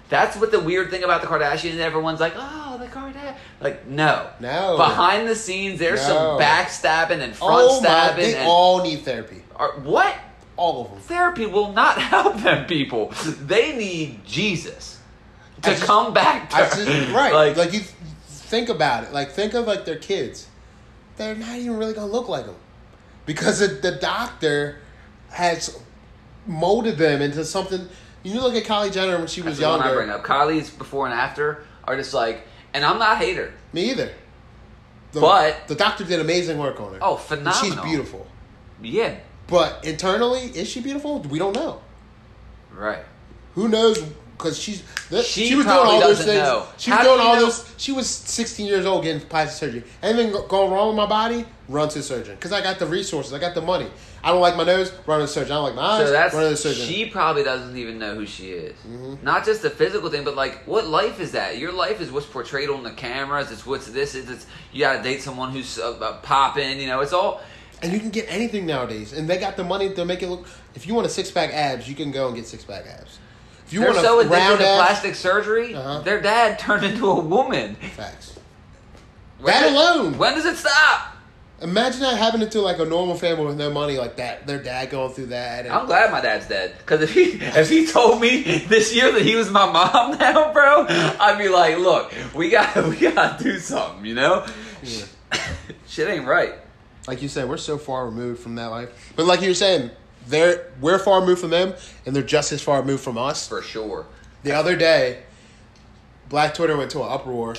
Speaker 2: That's what the weird thing about the Kardashians. Everyone's like, "Oh, the Kardashians." Like, no,
Speaker 1: No.
Speaker 2: Behind the scenes, there's
Speaker 1: No.
Speaker 2: some backstabbing and front
Speaker 1: Oh my!
Speaker 2: stabbing.
Speaker 1: They
Speaker 2: and,
Speaker 1: all need therapy.
Speaker 2: Are- what
Speaker 1: All of them.
Speaker 2: therapy will not [LAUGHS] help them. People, they need Jesus to
Speaker 1: I just-
Speaker 2: come back. To
Speaker 1: I
Speaker 2: [LAUGHS]
Speaker 1: see, right.
Speaker 2: Like,
Speaker 1: Like, you th- think about it. Like think of like their kids. They're not even really gonna look like them because the, the doctor has molded them into something. You look at Kylie Jenner when she was
Speaker 2: that's the one I bring
Speaker 1: younger.
Speaker 2: up. Kylie's before and after are just like, and I'm not a hater.
Speaker 1: Me either. The,
Speaker 2: But-
Speaker 1: the doctor did amazing work on her.
Speaker 2: Oh,
Speaker 1: And she's
Speaker 2: phenomenal.
Speaker 1: beautiful.
Speaker 2: Yeah,
Speaker 1: But internally, is she beautiful? We don't know.
Speaker 2: right.
Speaker 1: Who knows? Because she's th-
Speaker 2: She
Speaker 1: she, was doing
Speaker 2: probably
Speaker 1: all those
Speaker 2: doesn't
Speaker 1: things.
Speaker 2: know.
Speaker 1: She
Speaker 2: How
Speaker 1: was
Speaker 2: do
Speaker 1: doing
Speaker 2: you
Speaker 1: all
Speaker 2: know-
Speaker 1: those. She was 16 years old getting plastic surgery. Anything go- going wrong with my body? Run to the surgeon because I got the resources. I got the money. I don't like my nose. Run to the surgeon. I don't like my eyes.
Speaker 2: So that's
Speaker 1: run to the surgeon.
Speaker 2: she probably doesn't even know who she is.
Speaker 1: Mm-hmm.
Speaker 2: Not just the physical thing, but like what life is that? Your life is what's portrayed on the cameras. It's what's this. It's, it's you got to date someone who's uh, uh, popping. You know, it's all.
Speaker 1: And you can get anything nowadays, and they got the money to make it look. If you want a six pack abs, you can go and get six pack abs. If you
Speaker 2: They're
Speaker 1: want a
Speaker 2: so addicted to
Speaker 1: round abs,
Speaker 2: plastic surgery.
Speaker 1: Uh-huh.
Speaker 2: Their dad turned into a woman.
Speaker 1: facts.
Speaker 2: When
Speaker 1: That
Speaker 2: does-
Speaker 1: alone.
Speaker 2: When does it stop?
Speaker 1: Imagine that happening to like a normal family with no money, like that. Their dad going through that. And,
Speaker 2: I'm glad my dad's dead. Cause if he if he told me this year that he was my mom [LAUGHS] now, bro, I'd be like, look, we got [LAUGHS] we gotta do something, you know? [LAUGHS] Shit ain't right.
Speaker 1: like you said, we're so far removed from that life. But like you were saying, they're we're far removed from them, and they're just as far removed from us.
Speaker 2: For sure.
Speaker 1: The other day, Black Twitter went to an uproar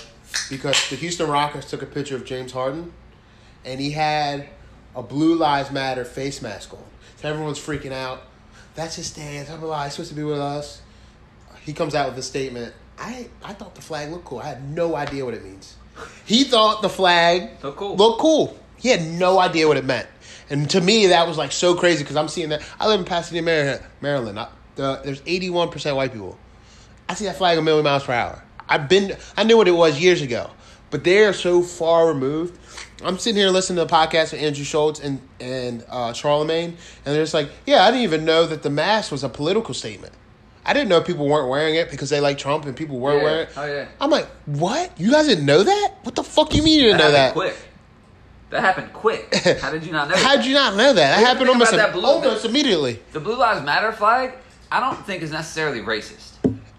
Speaker 1: because the Houston Rockets took a picture of James Harden, and he had a Blue Lives Matter face mask on. So everyone's freaking out. That's his stance. I'm alive. He's supposed to be with us. He comes out with a statement. I I thought the flag looked cool. I had no idea what it means. He thought the flag
Speaker 2: Looked cool.
Speaker 1: Looked cool. He had no idea what it meant. And to me, that was like so crazy because I'm seeing that. I live in Pasadena, Mari- Maryland. I, the, there's 81% white people. I see that flag a million miles per hour. I've been, I knew what it was years ago, but they are so far removed. I'm sitting here listening to the podcast with Andrew Schultz and and uh, Charlemagne, and they're just like, yeah, I didn't even know that the mask was a political statement. I didn't know people weren't wearing it because they like Trump and people were
Speaker 2: Yeah.
Speaker 1: wearing it.
Speaker 2: Oh, yeah.
Speaker 1: I'm like, what? You guys didn't know that? What the fuck you mean you didn't know
Speaker 2: happened
Speaker 1: that?
Speaker 2: quick. That happened
Speaker 1: [LAUGHS]
Speaker 2: quick. How did you not know?
Speaker 1: How'd you not know that? That happened
Speaker 2: think
Speaker 1: almost,
Speaker 2: about
Speaker 1: im-
Speaker 2: that blue
Speaker 1: almost
Speaker 2: bit.
Speaker 1: immediately.
Speaker 2: The Blue Lives Matter flag, I don't think is necessarily racist.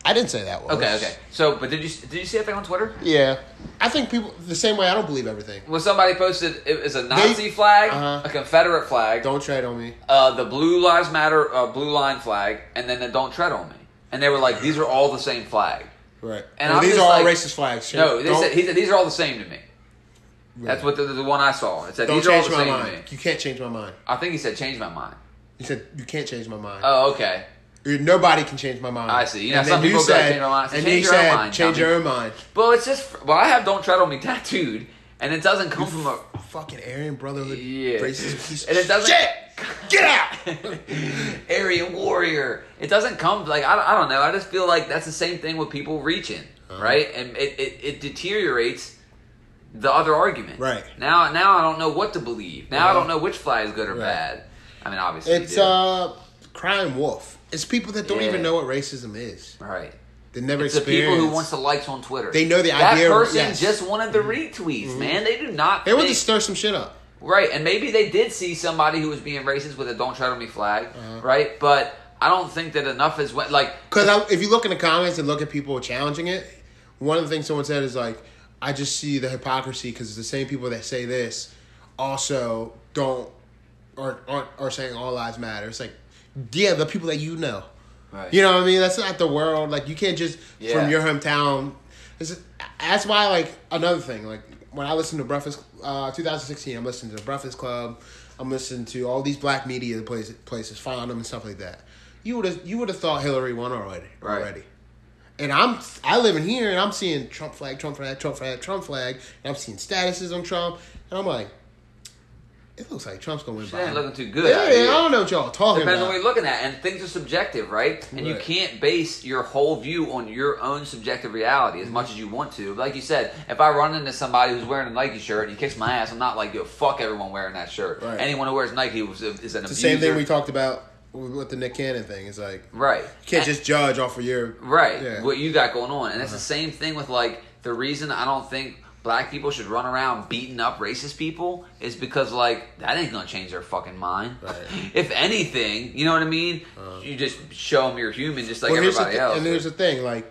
Speaker 1: I didn't say that was.
Speaker 2: Okay, okay. So, but did you did you see that thing on Twitter?
Speaker 1: Yeah. I think people, the same way I don't believe everything.
Speaker 2: Well, somebody posted it was a Nazi flag,
Speaker 1: Uh-huh.
Speaker 2: a Confederate flag,
Speaker 1: Don't tread on me.
Speaker 2: uh, the Blue Lives Matter uh, blue line flag, and then the Don't Tread on Me. And they were like, these are all the same flag.
Speaker 1: Right.
Speaker 2: And
Speaker 1: Well,
Speaker 2: I'm
Speaker 1: these are
Speaker 2: just
Speaker 1: all
Speaker 2: like-
Speaker 1: racist flags.
Speaker 2: No, they
Speaker 1: Don't-
Speaker 2: said, he said these are all the same to me. That's what the, the one I saw. It said
Speaker 1: Don't
Speaker 2: these are all
Speaker 1: change
Speaker 2: the
Speaker 1: my
Speaker 2: same to me.
Speaker 1: mind. You can't change my mind.
Speaker 2: I think he said change my mind.
Speaker 1: You said you can't change my mind.
Speaker 2: Oh, okay.
Speaker 1: Nobody can change my mind.
Speaker 2: I see. You know,
Speaker 1: And
Speaker 2: some
Speaker 1: then you
Speaker 2: people go,
Speaker 1: said-
Speaker 2: "Change my mind." So
Speaker 1: and
Speaker 2: change
Speaker 1: you
Speaker 2: your own
Speaker 1: said,
Speaker 2: mind,
Speaker 1: change
Speaker 2: dummy.
Speaker 1: your own mind.
Speaker 2: Well, it's just well, I have Don't Tread on Me [LAUGHS] tattooed, and it doesn't come from a
Speaker 1: Fucking Aryan Brotherhood
Speaker 2: yeah, [LAUGHS]
Speaker 1: racist piece
Speaker 2: and
Speaker 1: of
Speaker 2: it doesn't
Speaker 1: shit. Get out!
Speaker 2: [LAUGHS] Aryan warrior. It doesn't come like I, don't- I don't know. I just feel like that's the same thing with people reaching,
Speaker 1: Uh-huh.
Speaker 2: right? And it, it, it deteriorates the other argument.
Speaker 1: Right.
Speaker 2: Now now I don't know what to believe. Now I
Speaker 1: Uh-huh.
Speaker 2: don't know which fly is good or
Speaker 1: Right.
Speaker 2: bad. I mean, obviously you
Speaker 1: It's
Speaker 2: do.
Speaker 1: uh, crime wolf. It's people that don't
Speaker 2: Yeah.
Speaker 1: even know what racism is.
Speaker 2: right.
Speaker 1: They never
Speaker 2: It's the
Speaker 1: experience.
Speaker 2: people who wants the likes on Twitter.
Speaker 1: They know the
Speaker 2: that
Speaker 1: idea of-
Speaker 2: person
Speaker 1: yes. Mm-hmm.
Speaker 2: just wanted the retweets, man. They do not.
Speaker 1: They want to
Speaker 2: think-
Speaker 1: stir some shit up.
Speaker 2: Right, and maybe they did see somebody who was being racist with a "Don't Tread on Me" flag,
Speaker 1: Uh-huh.
Speaker 2: right? But I don't think that enough is what like
Speaker 1: Because if you look in the comments and look at people challenging it, one of the things someone said is like, I just see the hypocrisy because the same people that say this also don't aren't, aren't are saying all lives matter. It's like, yeah, the people that you know.
Speaker 2: Right.
Speaker 1: You know what I mean? That's not the world. Like you can't just
Speaker 2: Yeah.
Speaker 1: from your hometown. This is- that's why like another thing like when I listen to Breakfast uh, 2016, I'm listening to Breakfast Club. I'm listening to all these black media places, places found them and stuff like that. You would have you would have thought Hillary won already
Speaker 2: Right.
Speaker 1: already. And I'm I live in here and I'm seeing Trump flag, Trump flag, Trump flag, Trump flag, and I'm seeing statuses on Trump, and I'm like, it looks like Trump's gonna win.
Speaker 2: Shit ain't
Speaker 1: Biden.
Speaker 2: looking too good
Speaker 1: Yeah,
Speaker 2: out
Speaker 1: yeah,
Speaker 2: here.
Speaker 1: I don't know what y'all talking
Speaker 2: depends on
Speaker 1: about.
Speaker 2: what you're looking at, and things are subjective, right? And you
Speaker 1: Right.
Speaker 2: can't base your whole view on your own subjective reality as much as you want to. Like you said, if I run into somebody who's wearing a Nike shirt and he kicks my ass, I'm not like yo fuck everyone wearing that shirt.
Speaker 1: Right.
Speaker 2: Anyone who wears Nike was a, is an
Speaker 1: the
Speaker 2: abuser.
Speaker 1: same thing we talked about with the Nick Cannon thing. It's like you
Speaker 2: right.
Speaker 1: can't just judge off of your
Speaker 2: Right.
Speaker 1: Yeah. Uh-huh.
Speaker 2: What you got going on. And it's the same thing with like the reason I don't think black people should run around beating up racist people is because like that ain't gonna change their fucking mind.
Speaker 1: Right.
Speaker 2: [LAUGHS]
Speaker 1: Uh-huh.
Speaker 2: if anything, you know what I mean? you just show them you're human just like
Speaker 1: Well, here's the
Speaker 2: everybody
Speaker 1: thi-
Speaker 2: else.
Speaker 1: And there's the thing, like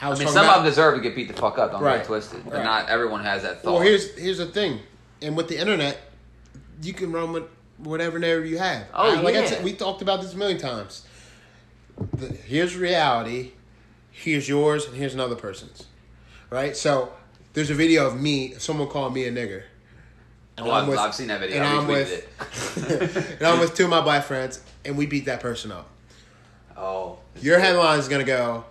Speaker 1: I
Speaker 2: I
Speaker 1: was
Speaker 2: mean,
Speaker 1: talking
Speaker 2: some
Speaker 1: about-
Speaker 2: of them deserve to get beat the fuck up. Don't
Speaker 1: Right.
Speaker 2: get twisted. But
Speaker 1: Right.
Speaker 2: not everyone has that thought.
Speaker 1: Well, here's here's the thing, and with the internet, you can run with whatever narrative you have.
Speaker 2: Oh,
Speaker 1: Uh, like I
Speaker 2: yeah.
Speaker 1: said, we talked about this a million times. The, here's reality, here's yours, and here's another person's. Right. So there's a video of me. Someone called me a nigger. And
Speaker 2: Oh, I've- I've seen that video.
Speaker 1: And
Speaker 2: I
Speaker 1: I'm
Speaker 2: retweeted
Speaker 1: [LAUGHS] with, and I'm with two of my black friends, and we beat that person up.
Speaker 2: oh.
Speaker 1: Your headline is gonna go,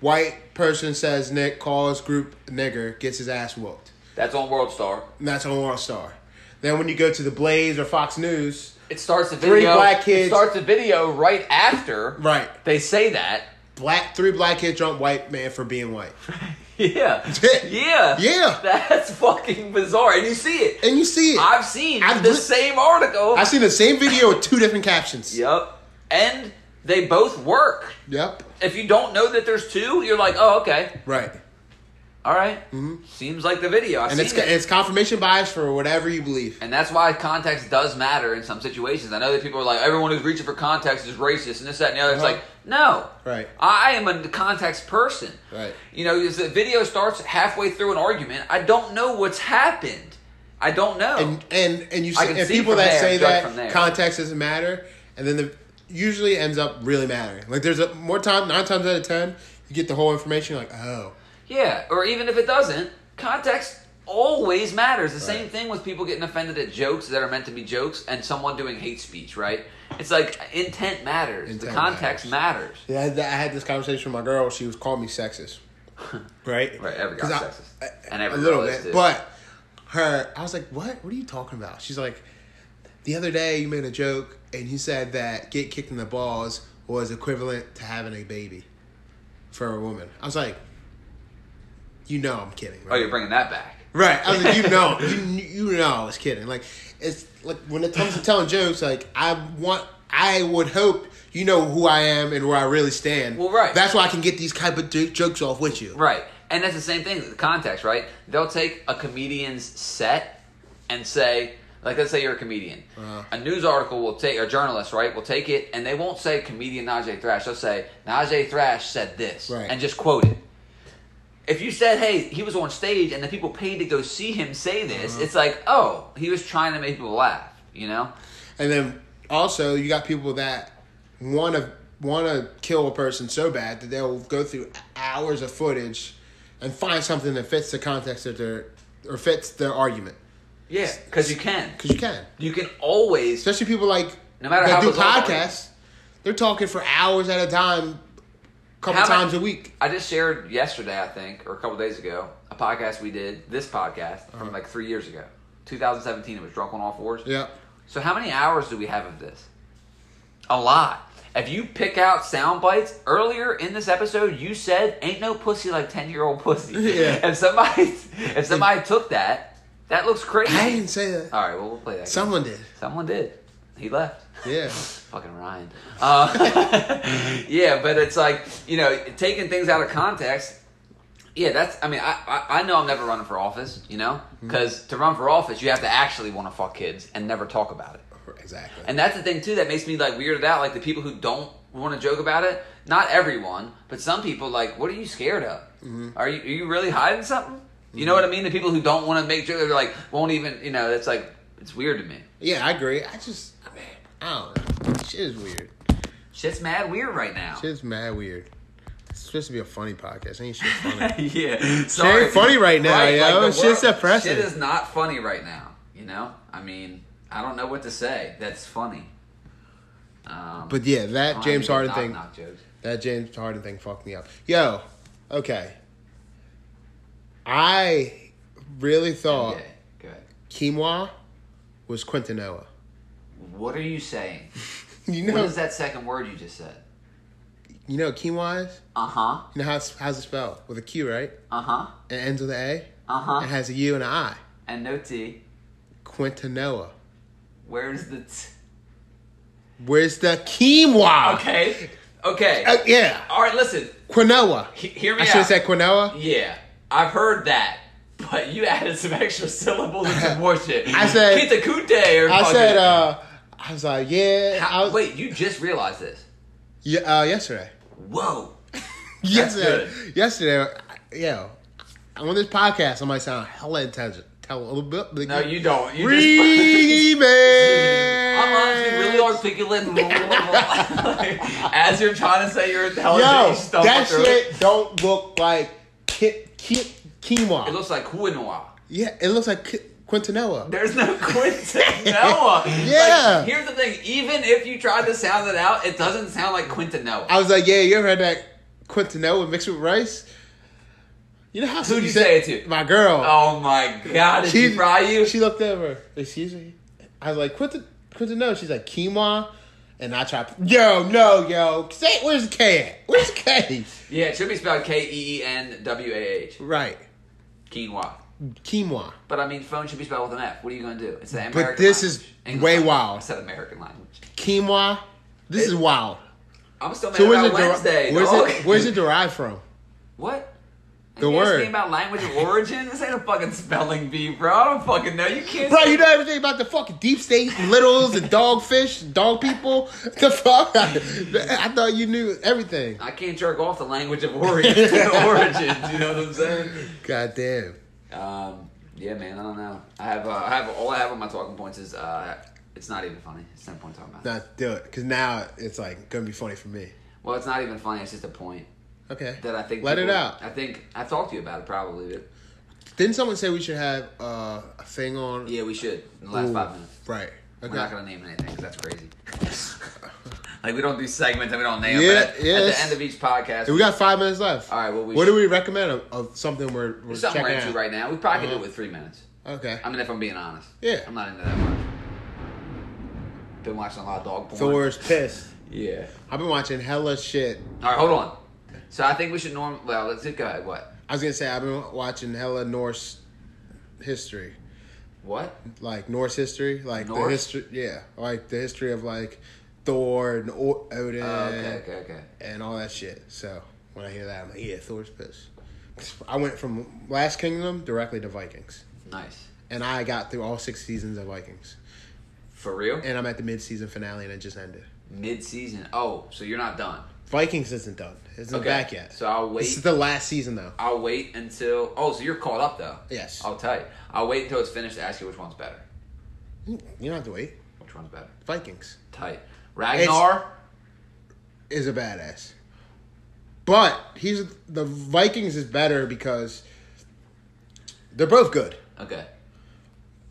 Speaker 1: "White person says Nick calls group nigger gets his ass whooped."
Speaker 2: That's on World Star.
Speaker 1: and that's on World Star. Then when you go to the Blaze or Fox News,
Speaker 2: It starts the video.
Speaker 1: Three black
Speaker 2: It
Speaker 1: kids-
Speaker 2: starts the video right after
Speaker 1: right,
Speaker 2: they say that.
Speaker 1: black three black kids drunk white man for being white.
Speaker 2: Yeah.
Speaker 1: it.
Speaker 2: Yeah.
Speaker 1: Yeah.
Speaker 2: That's fucking bizarre. And you see it.
Speaker 1: And you see it.
Speaker 2: I've seen
Speaker 1: I've
Speaker 2: the
Speaker 1: lit-
Speaker 2: same article.
Speaker 1: I've seen the same video with two different captions.
Speaker 2: yep. And they both work.
Speaker 1: Yep.
Speaker 2: If you don't know that there's two, you're like, oh, okay.
Speaker 1: Right.
Speaker 2: All right. Seems like the video. I've
Speaker 1: Mm-hmm. And
Speaker 2: seen
Speaker 1: it's
Speaker 2: it.
Speaker 1: it's confirmation bias for whatever you believe.
Speaker 2: And that's why context does matter in some situations. I know that people are like, everyone who's reaching for context is racist and this, that, and the other. It's
Speaker 1: Uh-huh.
Speaker 2: like, no.
Speaker 1: Right.
Speaker 2: I am a context person.
Speaker 1: Right.
Speaker 2: You know, is the video starts halfway through an argument. I don't know what's happened. I don't know.
Speaker 1: And and and you
Speaker 2: Oh. I
Speaker 1: see,
Speaker 2: can
Speaker 1: and
Speaker 2: see
Speaker 1: people
Speaker 2: from
Speaker 1: that
Speaker 2: there,
Speaker 1: say
Speaker 2: judge from there.
Speaker 1: that context doesn't matter, and then the usually ends up really mattering. Like there's a more time nine times out of ten you get the whole information. You're like oh
Speaker 2: yeah. Or even if it doesn't, context always matters. The same thing with people getting offended at jokes that are meant to be jokes and someone doing hate speech, right? It's like intent matters. the
Speaker 1: Intent
Speaker 2: context matters.
Speaker 1: yeah. I I had this conversation with my girl. She was calling me
Speaker 2: [LAUGHS]
Speaker 1: sexist. Right.
Speaker 2: Right, every
Speaker 1: 'Cause
Speaker 2: guy's
Speaker 1: I-
Speaker 2: sexist.
Speaker 1: I-
Speaker 2: And every
Speaker 1: a little
Speaker 2: girl is,
Speaker 1: bit,
Speaker 2: too.
Speaker 1: but her, I was like, "What? What are you talking about?" She's like, "The other day you made a joke and you said that get kicked in the balls was equivalent to having a baby for a woman." I was like, "You know I'm kidding."
Speaker 2: Oh,
Speaker 1: Right?
Speaker 2: you're bringing that back.
Speaker 1: Right. I was
Speaker 2: [LAUGHS]
Speaker 1: like, you know, you, you know, I was kidding. Like, it's like when it comes to telling jokes, like I want, I would hope you know who I am and where I really stand.
Speaker 2: Well, right.
Speaker 1: That's why I can get these type of jo- jokes off with you.
Speaker 2: Right. And that's the same thing, the context, right? They'll take a comedian's set and say, like, let's say you're a comedian.
Speaker 1: Uh-huh.
Speaker 2: A news article will take, a journalist, right, will take it, and they won't say comedian Najee Thrash. They'll say, Najee Thrash said this,
Speaker 1: Right.
Speaker 2: and just quote it. If you said, hey, he was on stage and the people paid to go see him say
Speaker 1: Uh-huh.
Speaker 2: this, it's like, oh, he was trying to make people laugh, you know?
Speaker 1: And then also you got people that want to want to kill a person so bad that they'll go through hours of footage and find something that fits the context of their or fits their argument
Speaker 2: Yeah. Because you can.
Speaker 1: because you can.
Speaker 2: You can always.
Speaker 1: especially people like
Speaker 2: No matter
Speaker 1: that
Speaker 2: how
Speaker 1: do
Speaker 2: bizarre it
Speaker 1: podcasts, they're talking for hours at a time, couple
Speaker 2: How ma-
Speaker 1: times a week.
Speaker 2: I just shared yesterday, I think, or a couple days ago, a podcast we did, this podcast from like three years ago, 2017. It was drunk on all fours.
Speaker 1: Uh-huh. Yeah,
Speaker 2: So how many hours do we have of this? A lot. If you pick out sound bites earlier in this episode, you said "ain't no pussy like ten year old pussy."
Speaker 1: [LAUGHS] Yeah.
Speaker 2: If somebody, if somebody took that, that looks crazy.
Speaker 1: I didn't say that.
Speaker 2: All right, well we'll play that.
Speaker 1: Someone did.
Speaker 2: Someone did. He left.
Speaker 1: Yeah.
Speaker 2: Fucking Ryan. Uh, [LAUGHS] yeah, but it's like you know, taking things out of context. Yeah, that's. I mean, I I, I know I'm never running for office. You know, because to run for office, you have to actually want to fuck kids and never talk about it.
Speaker 1: Exactly.
Speaker 2: And that's the thing too that makes me like weirded out. Like the people who don't want to joke about it. Not everyone, but some people. Like, what are you scared of? Are you are you really hiding something? You know what I mean? The people who don't want to make jokes, they're like, won't even. You know, that's like it's weird to me.
Speaker 1: yeah, I agree. I just, man, I don't know. Shit is weird.
Speaker 2: Shit's mad weird right now.
Speaker 1: Shit's mad weird. It's supposed to be a funny podcast. Ain't shit funny.
Speaker 2: [LAUGHS] yeah, sorry.
Speaker 1: funny right now, yo.
Speaker 2: the
Speaker 1: Shit's
Speaker 2: world-
Speaker 1: depressing.
Speaker 2: Shit is not funny right now. You know, I mean, I don't know what to say. That's funny. Um,
Speaker 1: but yeah, that James Harden thing.
Speaker 2: Knock jokes.
Speaker 1: That James Harden thing fucked me up. Yo, okay. I really thought
Speaker 2: Okay, good.
Speaker 1: quinoa was Quintanoa.
Speaker 2: What are you saying?
Speaker 1: [LAUGHS] You
Speaker 2: What
Speaker 1: know,
Speaker 2: is that second word you just said?
Speaker 1: you know what quinoa is.
Speaker 2: Uh huh.
Speaker 1: You know how it's, how's it spelled? With a Q, right?
Speaker 2: Uh huh.
Speaker 1: It ends with an
Speaker 2: Uh
Speaker 1: A. It
Speaker 2: huh.
Speaker 1: has a U and an I.
Speaker 2: And no T.
Speaker 1: Quintanoa.
Speaker 2: Where's
Speaker 1: [LAUGHS]
Speaker 2: the T?
Speaker 1: Where's the quinoa?
Speaker 2: Okay. Okay.
Speaker 1: Uh, yeah,
Speaker 2: All right. Listen.
Speaker 1: quinoa.
Speaker 2: He- hear me
Speaker 1: I should
Speaker 2: out.
Speaker 1: have said quinoa.
Speaker 2: Yeah, I've heard that, but you added some extra syllables and some more
Speaker 1: [LAUGHS]
Speaker 2: shit.
Speaker 1: I said-
Speaker 2: Kita Kute or
Speaker 1: I
Speaker 2: fucking-
Speaker 1: said, uh, I was like, yeah.
Speaker 2: How-
Speaker 1: I was,
Speaker 2: wait, you just realized this?
Speaker 1: Yeah, uh, yesterday. [LAUGHS]
Speaker 2: Whoa!
Speaker 1: Yesterday. Yesterday. I- Yo, I'm on this podcast. I might sound hella intelligent. Tell a little bit.
Speaker 2: No, you don't. You just.
Speaker 1: Remix.
Speaker 2: [LAUGHS] I'm honestly really articulate [LAUGHS] as you're trying to say you're intelligent.
Speaker 1: Yo,
Speaker 2: you stumble
Speaker 1: that
Speaker 2: through it.
Speaker 1: shit don't look like ki- ki- quinoa.
Speaker 2: It looks like quinoa.
Speaker 1: Yeah, it looks like Qu- Quintanilla.
Speaker 2: There's no
Speaker 1: [LAUGHS]
Speaker 2: [LAUGHS] quintanoa.
Speaker 1: Yeah.
Speaker 2: Like, here's the thing. Even if you tried to sound it out, it doesn't sound like quintanoa.
Speaker 1: I was like, yeah, you ever had that Quintanilla mixed with rice? You know how
Speaker 2: Who'd you say it to?
Speaker 1: My girl.
Speaker 2: oh my god! Did she fry you?
Speaker 1: She looked over. Excuse me. I was like, Quinta, Quintanilla. She's like, quinoa. And I try, yo, no, yo, say, where's the K at? Where's the K?
Speaker 2: Yeah, it should be spelled K E E N W A H.
Speaker 1: right.
Speaker 2: Quinoa.
Speaker 1: Quinoa.
Speaker 2: But I mean, phone should be spelled with an F. What are you going to do? It's the American
Speaker 1: this is
Speaker 2: language. English
Speaker 1: way
Speaker 2: language.
Speaker 1: wild.
Speaker 2: I said American language.
Speaker 1: Quinoa. This is wild.
Speaker 2: I'm still mad
Speaker 1: So where's it,
Speaker 2: about
Speaker 1: deri-
Speaker 2: Wednesday.
Speaker 1: where's,
Speaker 2: dog.
Speaker 1: it, where's it derived from?
Speaker 2: What?
Speaker 1: The
Speaker 2: you
Speaker 1: word.
Speaker 2: Asking about language of origin? This ain't a fucking spelling bee, bro. I don't fucking know. You can't.
Speaker 1: Bro,
Speaker 2: say-
Speaker 1: you know everything about the fucking deep state, littles, and dogfish, and dog people. The fuck? I thought you knew everything.
Speaker 2: I can't jerk off the language of origin.
Speaker 1: [LAUGHS]
Speaker 2: origins, you know what I'm saying?
Speaker 1: God damn.
Speaker 2: Um, yeah, man. I don't know. I have. Uh, I have all I have on my talking points is. Uh, it's not even funny. It's no point talking about. it.
Speaker 1: Not do it, because now it's like gonna be funny for me.
Speaker 2: Well, it's not even funny. It's just a point
Speaker 1: Okay.
Speaker 2: that I think.
Speaker 1: Let
Speaker 2: people-
Speaker 1: it out.
Speaker 2: I think I talked to you about it probably. But
Speaker 1: Didn't someone say we should have uh, a thing on?
Speaker 2: yeah, we should in the last
Speaker 1: Ooh,
Speaker 2: five minutes.
Speaker 1: Right.
Speaker 2: We're not
Speaker 1: Okay.
Speaker 2: gonna name anything 'cause that's crazy. [LAUGHS] like we don't do segments and we don't name.
Speaker 1: Yeah,
Speaker 2: Yeah, at, at
Speaker 1: yes.
Speaker 2: the end of each podcast,
Speaker 1: We got five minutes left.
Speaker 2: All right, well, we
Speaker 1: what
Speaker 2: should-
Speaker 1: do we recommend of, of something we're, we're
Speaker 2: There's something
Speaker 1: checking
Speaker 2: we're into
Speaker 1: out?
Speaker 2: right now. We probably could do
Speaker 1: Uh-huh.
Speaker 2: it with three minutes.
Speaker 1: Okay.
Speaker 2: I mean, if I'm being honest.
Speaker 1: Yeah.
Speaker 2: I'm not into that much. Been watching a lot of dog porn.
Speaker 1: Thor's pissed.
Speaker 2: Yeah.
Speaker 1: I've been watching hella shit.
Speaker 2: All right, hold on. So I think we should norm. Well, let's go ahead. What?
Speaker 1: I was gonna say I've been watching hella Norse history,
Speaker 2: What?
Speaker 1: like Norse history, like the
Speaker 2: Norse?
Speaker 1: history. Yeah, like the history of like Thor and o- Odin
Speaker 2: Oh, okay, okay, okay.
Speaker 1: and all that shit. So when I hear that, I'm like, yeah, Thor's pissed. I went from Last Kingdom directly to Vikings,
Speaker 2: Nice.
Speaker 1: and I got through all six seasons of Vikings,
Speaker 2: For real?
Speaker 1: and I'm at the mid-season finale, and it just ended.
Speaker 2: Mid season. Oh, so you're not done.
Speaker 1: Vikings isn't done. It's not
Speaker 2: Okay.
Speaker 1: back yet.
Speaker 2: So I'll wait.
Speaker 1: This is the last season though.
Speaker 2: I'll wait until. Oh, so you're caught up though.
Speaker 1: Yes.
Speaker 2: I'll tell you. I'll wait until it's finished to ask you which one's better.
Speaker 1: You don't have to wait.
Speaker 2: Which one's better?
Speaker 1: Vikings.
Speaker 2: Tight. Ragnar.
Speaker 1: is a badass. But he's the Vikings is better because they're both good.
Speaker 2: Okay.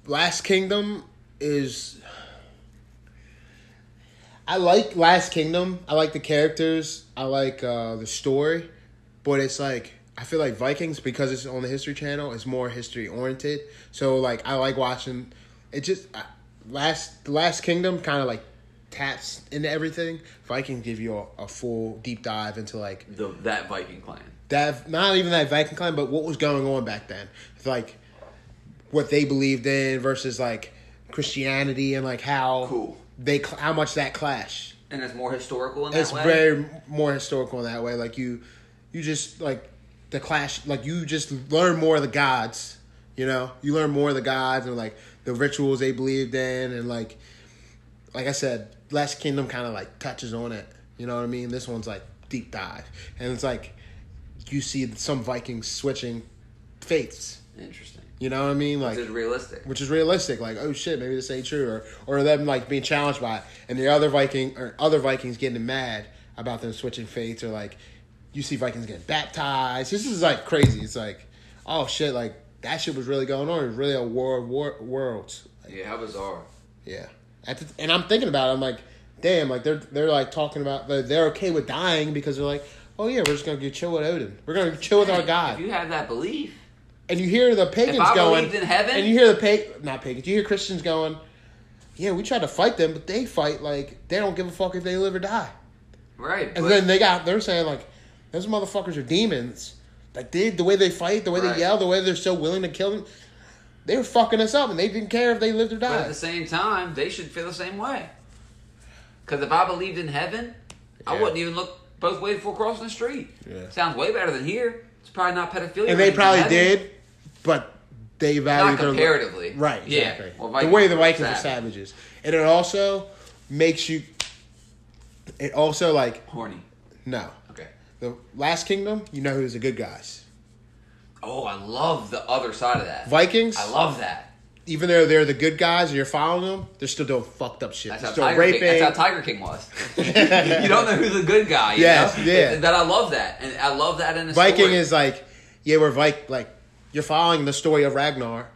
Speaker 1: Last Kingdom is I like Last Kingdom. I like the characters. I like uh, the story, but it's like I feel like Vikings because it's on the History Channel. It's more history oriented. So like I like watching. It just I, last Last Kingdom kind of like taps into everything. Vikings give you a, a full deep dive into like
Speaker 2: The, that Viking clan.
Speaker 1: that not even that Viking clan, but what was going on back then. It's like what they believed in versus like Christianity and like how
Speaker 2: Cool.
Speaker 1: they cl- how much that clash.
Speaker 2: And it's more historical in that
Speaker 1: It's
Speaker 2: way.
Speaker 1: very more historical in that way. Like you, you just like the clash. Like you just learn more of the gods. You know, you learn more of the gods and like the rituals they believed in, and like, like I said, Last Kingdom kind of like touches on it. You know what I mean? This one's like deep dive, and it's like you see some Vikings switching faiths.
Speaker 2: Interesting.
Speaker 1: You know what I mean? Like
Speaker 2: This is realistic.
Speaker 1: which is realistic. Like, oh shit, maybe this ain't true, or or them like being challenged by it, and the other Viking or other Vikings getting mad about them switching faiths, or like you see Vikings getting baptized. This is like crazy. It's like, oh shit, like that shit was really going on. It was really a war of war worlds. Like,
Speaker 2: Yeah, how bizarre.
Speaker 1: yeah, At the, and I'm thinking about it. I'm like, damn, like they're they're like talking about they're, they're okay with dying because they're like. Oh yeah, we're just gonna get chill with Odin. We're gonna chill with our
Speaker 2: Hey,
Speaker 1: God
Speaker 2: If you have that belief,
Speaker 1: and you hear the pagans
Speaker 2: If I
Speaker 1: going
Speaker 2: believed in heaven-
Speaker 1: and you hear the pag not pagans, you hear Christians going, yeah, we try to fight them, but they fight like they don't give a fuck if they live or die.
Speaker 2: right?
Speaker 1: And
Speaker 2: but-
Speaker 1: then they got they're saying like, those motherfuckers are demons. Like they, the way they fight, the way
Speaker 2: Right.
Speaker 1: they yell, the way they're so willing to kill them, they were fucking us up, and they didn't care if they lived or
Speaker 2: but at the
Speaker 1: died.
Speaker 2: same time, they should feel the same way. Because if I believed in heaven, I
Speaker 1: Yeah.
Speaker 2: wouldn't even look both ways before crossing the street.
Speaker 1: Yeah.
Speaker 2: Sounds way better than here. It's probably not pedophilia.
Speaker 1: And they
Speaker 2: in
Speaker 1: probably
Speaker 2: heaven.
Speaker 1: did, but they
Speaker 2: Not
Speaker 1: valued their life.
Speaker 2: comparatively.
Speaker 1: Right,
Speaker 2: Yeah.
Speaker 1: exactly.
Speaker 2: Well,
Speaker 1: the
Speaker 2: Vikings
Speaker 1: way the
Speaker 2: were
Speaker 1: Vikings are
Speaker 2: savage.
Speaker 1: savages. And it also makes you it also like
Speaker 2: Horny.
Speaker 1: no.
Speaker 2: Okay.
Speaker 1: The Last Kingdom, you know who's the good guys.
Speaker 2: Oh, I love the other side of that.
Speaker 1: Vikings,
Speaker 2: I love that.
Speaker 1: even though they're the good guys and you're following them, they're still doing fucked up shit.
Speaker 2: That's
Speaker 1: They're
Speaker 2: how,
Speaker 1: still
Speaker 2: Tiger
Speaker 1: raping.
Speaker 2: King, that's how Tiger
Speaker 1: [LAUGHS]
Speaker 2: King was. you don't know who's the good guy. You
Speaker 1: Yes,
Speaker 2: know?
Speaker 1: yeah.
Speaker 2: That I love that, and I love that in a
Speaker 1: Viking
Speaker 2: story.
Speaker 1: is like, yeah, we're Vik like you're following the story of Ragnar.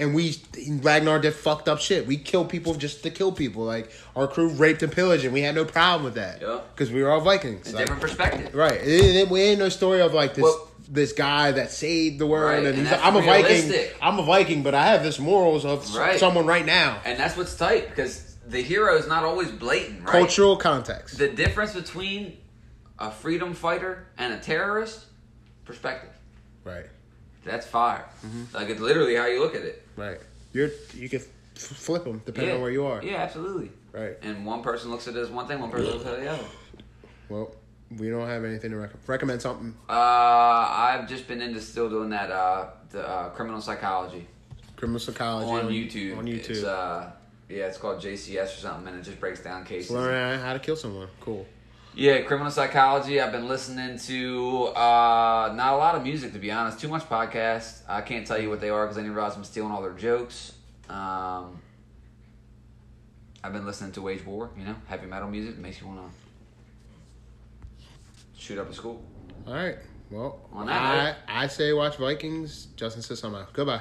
Speaker 1: And we Ragnar did fucked up shit. We killed people just to kill people. Like our crew raped and pillaged and we had no problem with that.
Speaker 2: Yeah.
Speaker 1: Because we were all Vikings.
Speaker 2: It's a
Speaker 1: Like,
Speaker 2: different perspective.
Speaker 1: Right. It, it, we ain't no story of like this
Speaker 2: Well-
Speaker 1: this guy that saved the world
Speaker 2: Right,
Speaker 1: and,
Speaker 2: and
Speaker 1: he's
Speaker 2: that's
Speaker 1: like, I'm a Viking.
Speaker 2: realistic.
Speaker 1: I'm a Viking, but I have this morals of s-
Speaker 2: Right.
Speaker 1: someone right now.
Speaker 2: And that's what's tight because the hero is not always blatant, right?
Speaker 1: Cultural context.
Speaker 2: The difference between a freedom fighter and a terrorist perspective.
Speaker 1: right.
Speaker 2: That's fire.
Speaker 1: Mm-hmm.
Speaker 2: Like it's literally how you look at it.
Speaker 1: Right. You're you can f- flip them depending
Speaker 2: yeah.
Speaker 1: on where you are.
Speaker 2: Yeah, absolutely.
Speaker 1: Right.
Speaker 2: And one person looks at it as one thing, one person looks at it the other.
Speaker 1: Well, we don't have anything to recommend. Recommend something.
Speaker 2: Uh, I've just been into still doing that uh, the uh, criminal psychology
Speaker 1: Criminal psychology
Speaker 2: on YouTube.
Speaker 1: Oh, On
Speaker 2: It's,
Speaker 1: YouTube.
Speaker 2: uh, yeah, it's called JCS or something, and it just breaks down cases.
Speaker 1: Learn how to kill someone. Cool.
Speaker 2: Yeah, criminal psychology. I've been listening to uh, not a lot of music, to be honest. Too much podcasts. I can't tell you what they are because I didn't realize I'm stealing all their jokes. Um, I've been listening to Wage War. You know, heavy metal music makes you want to shoot up a school.
Speaker 1: All right. Well,
Speaker 2: On that
Speaker 1: I I say watch Vikings. Justin says something. Goodbye.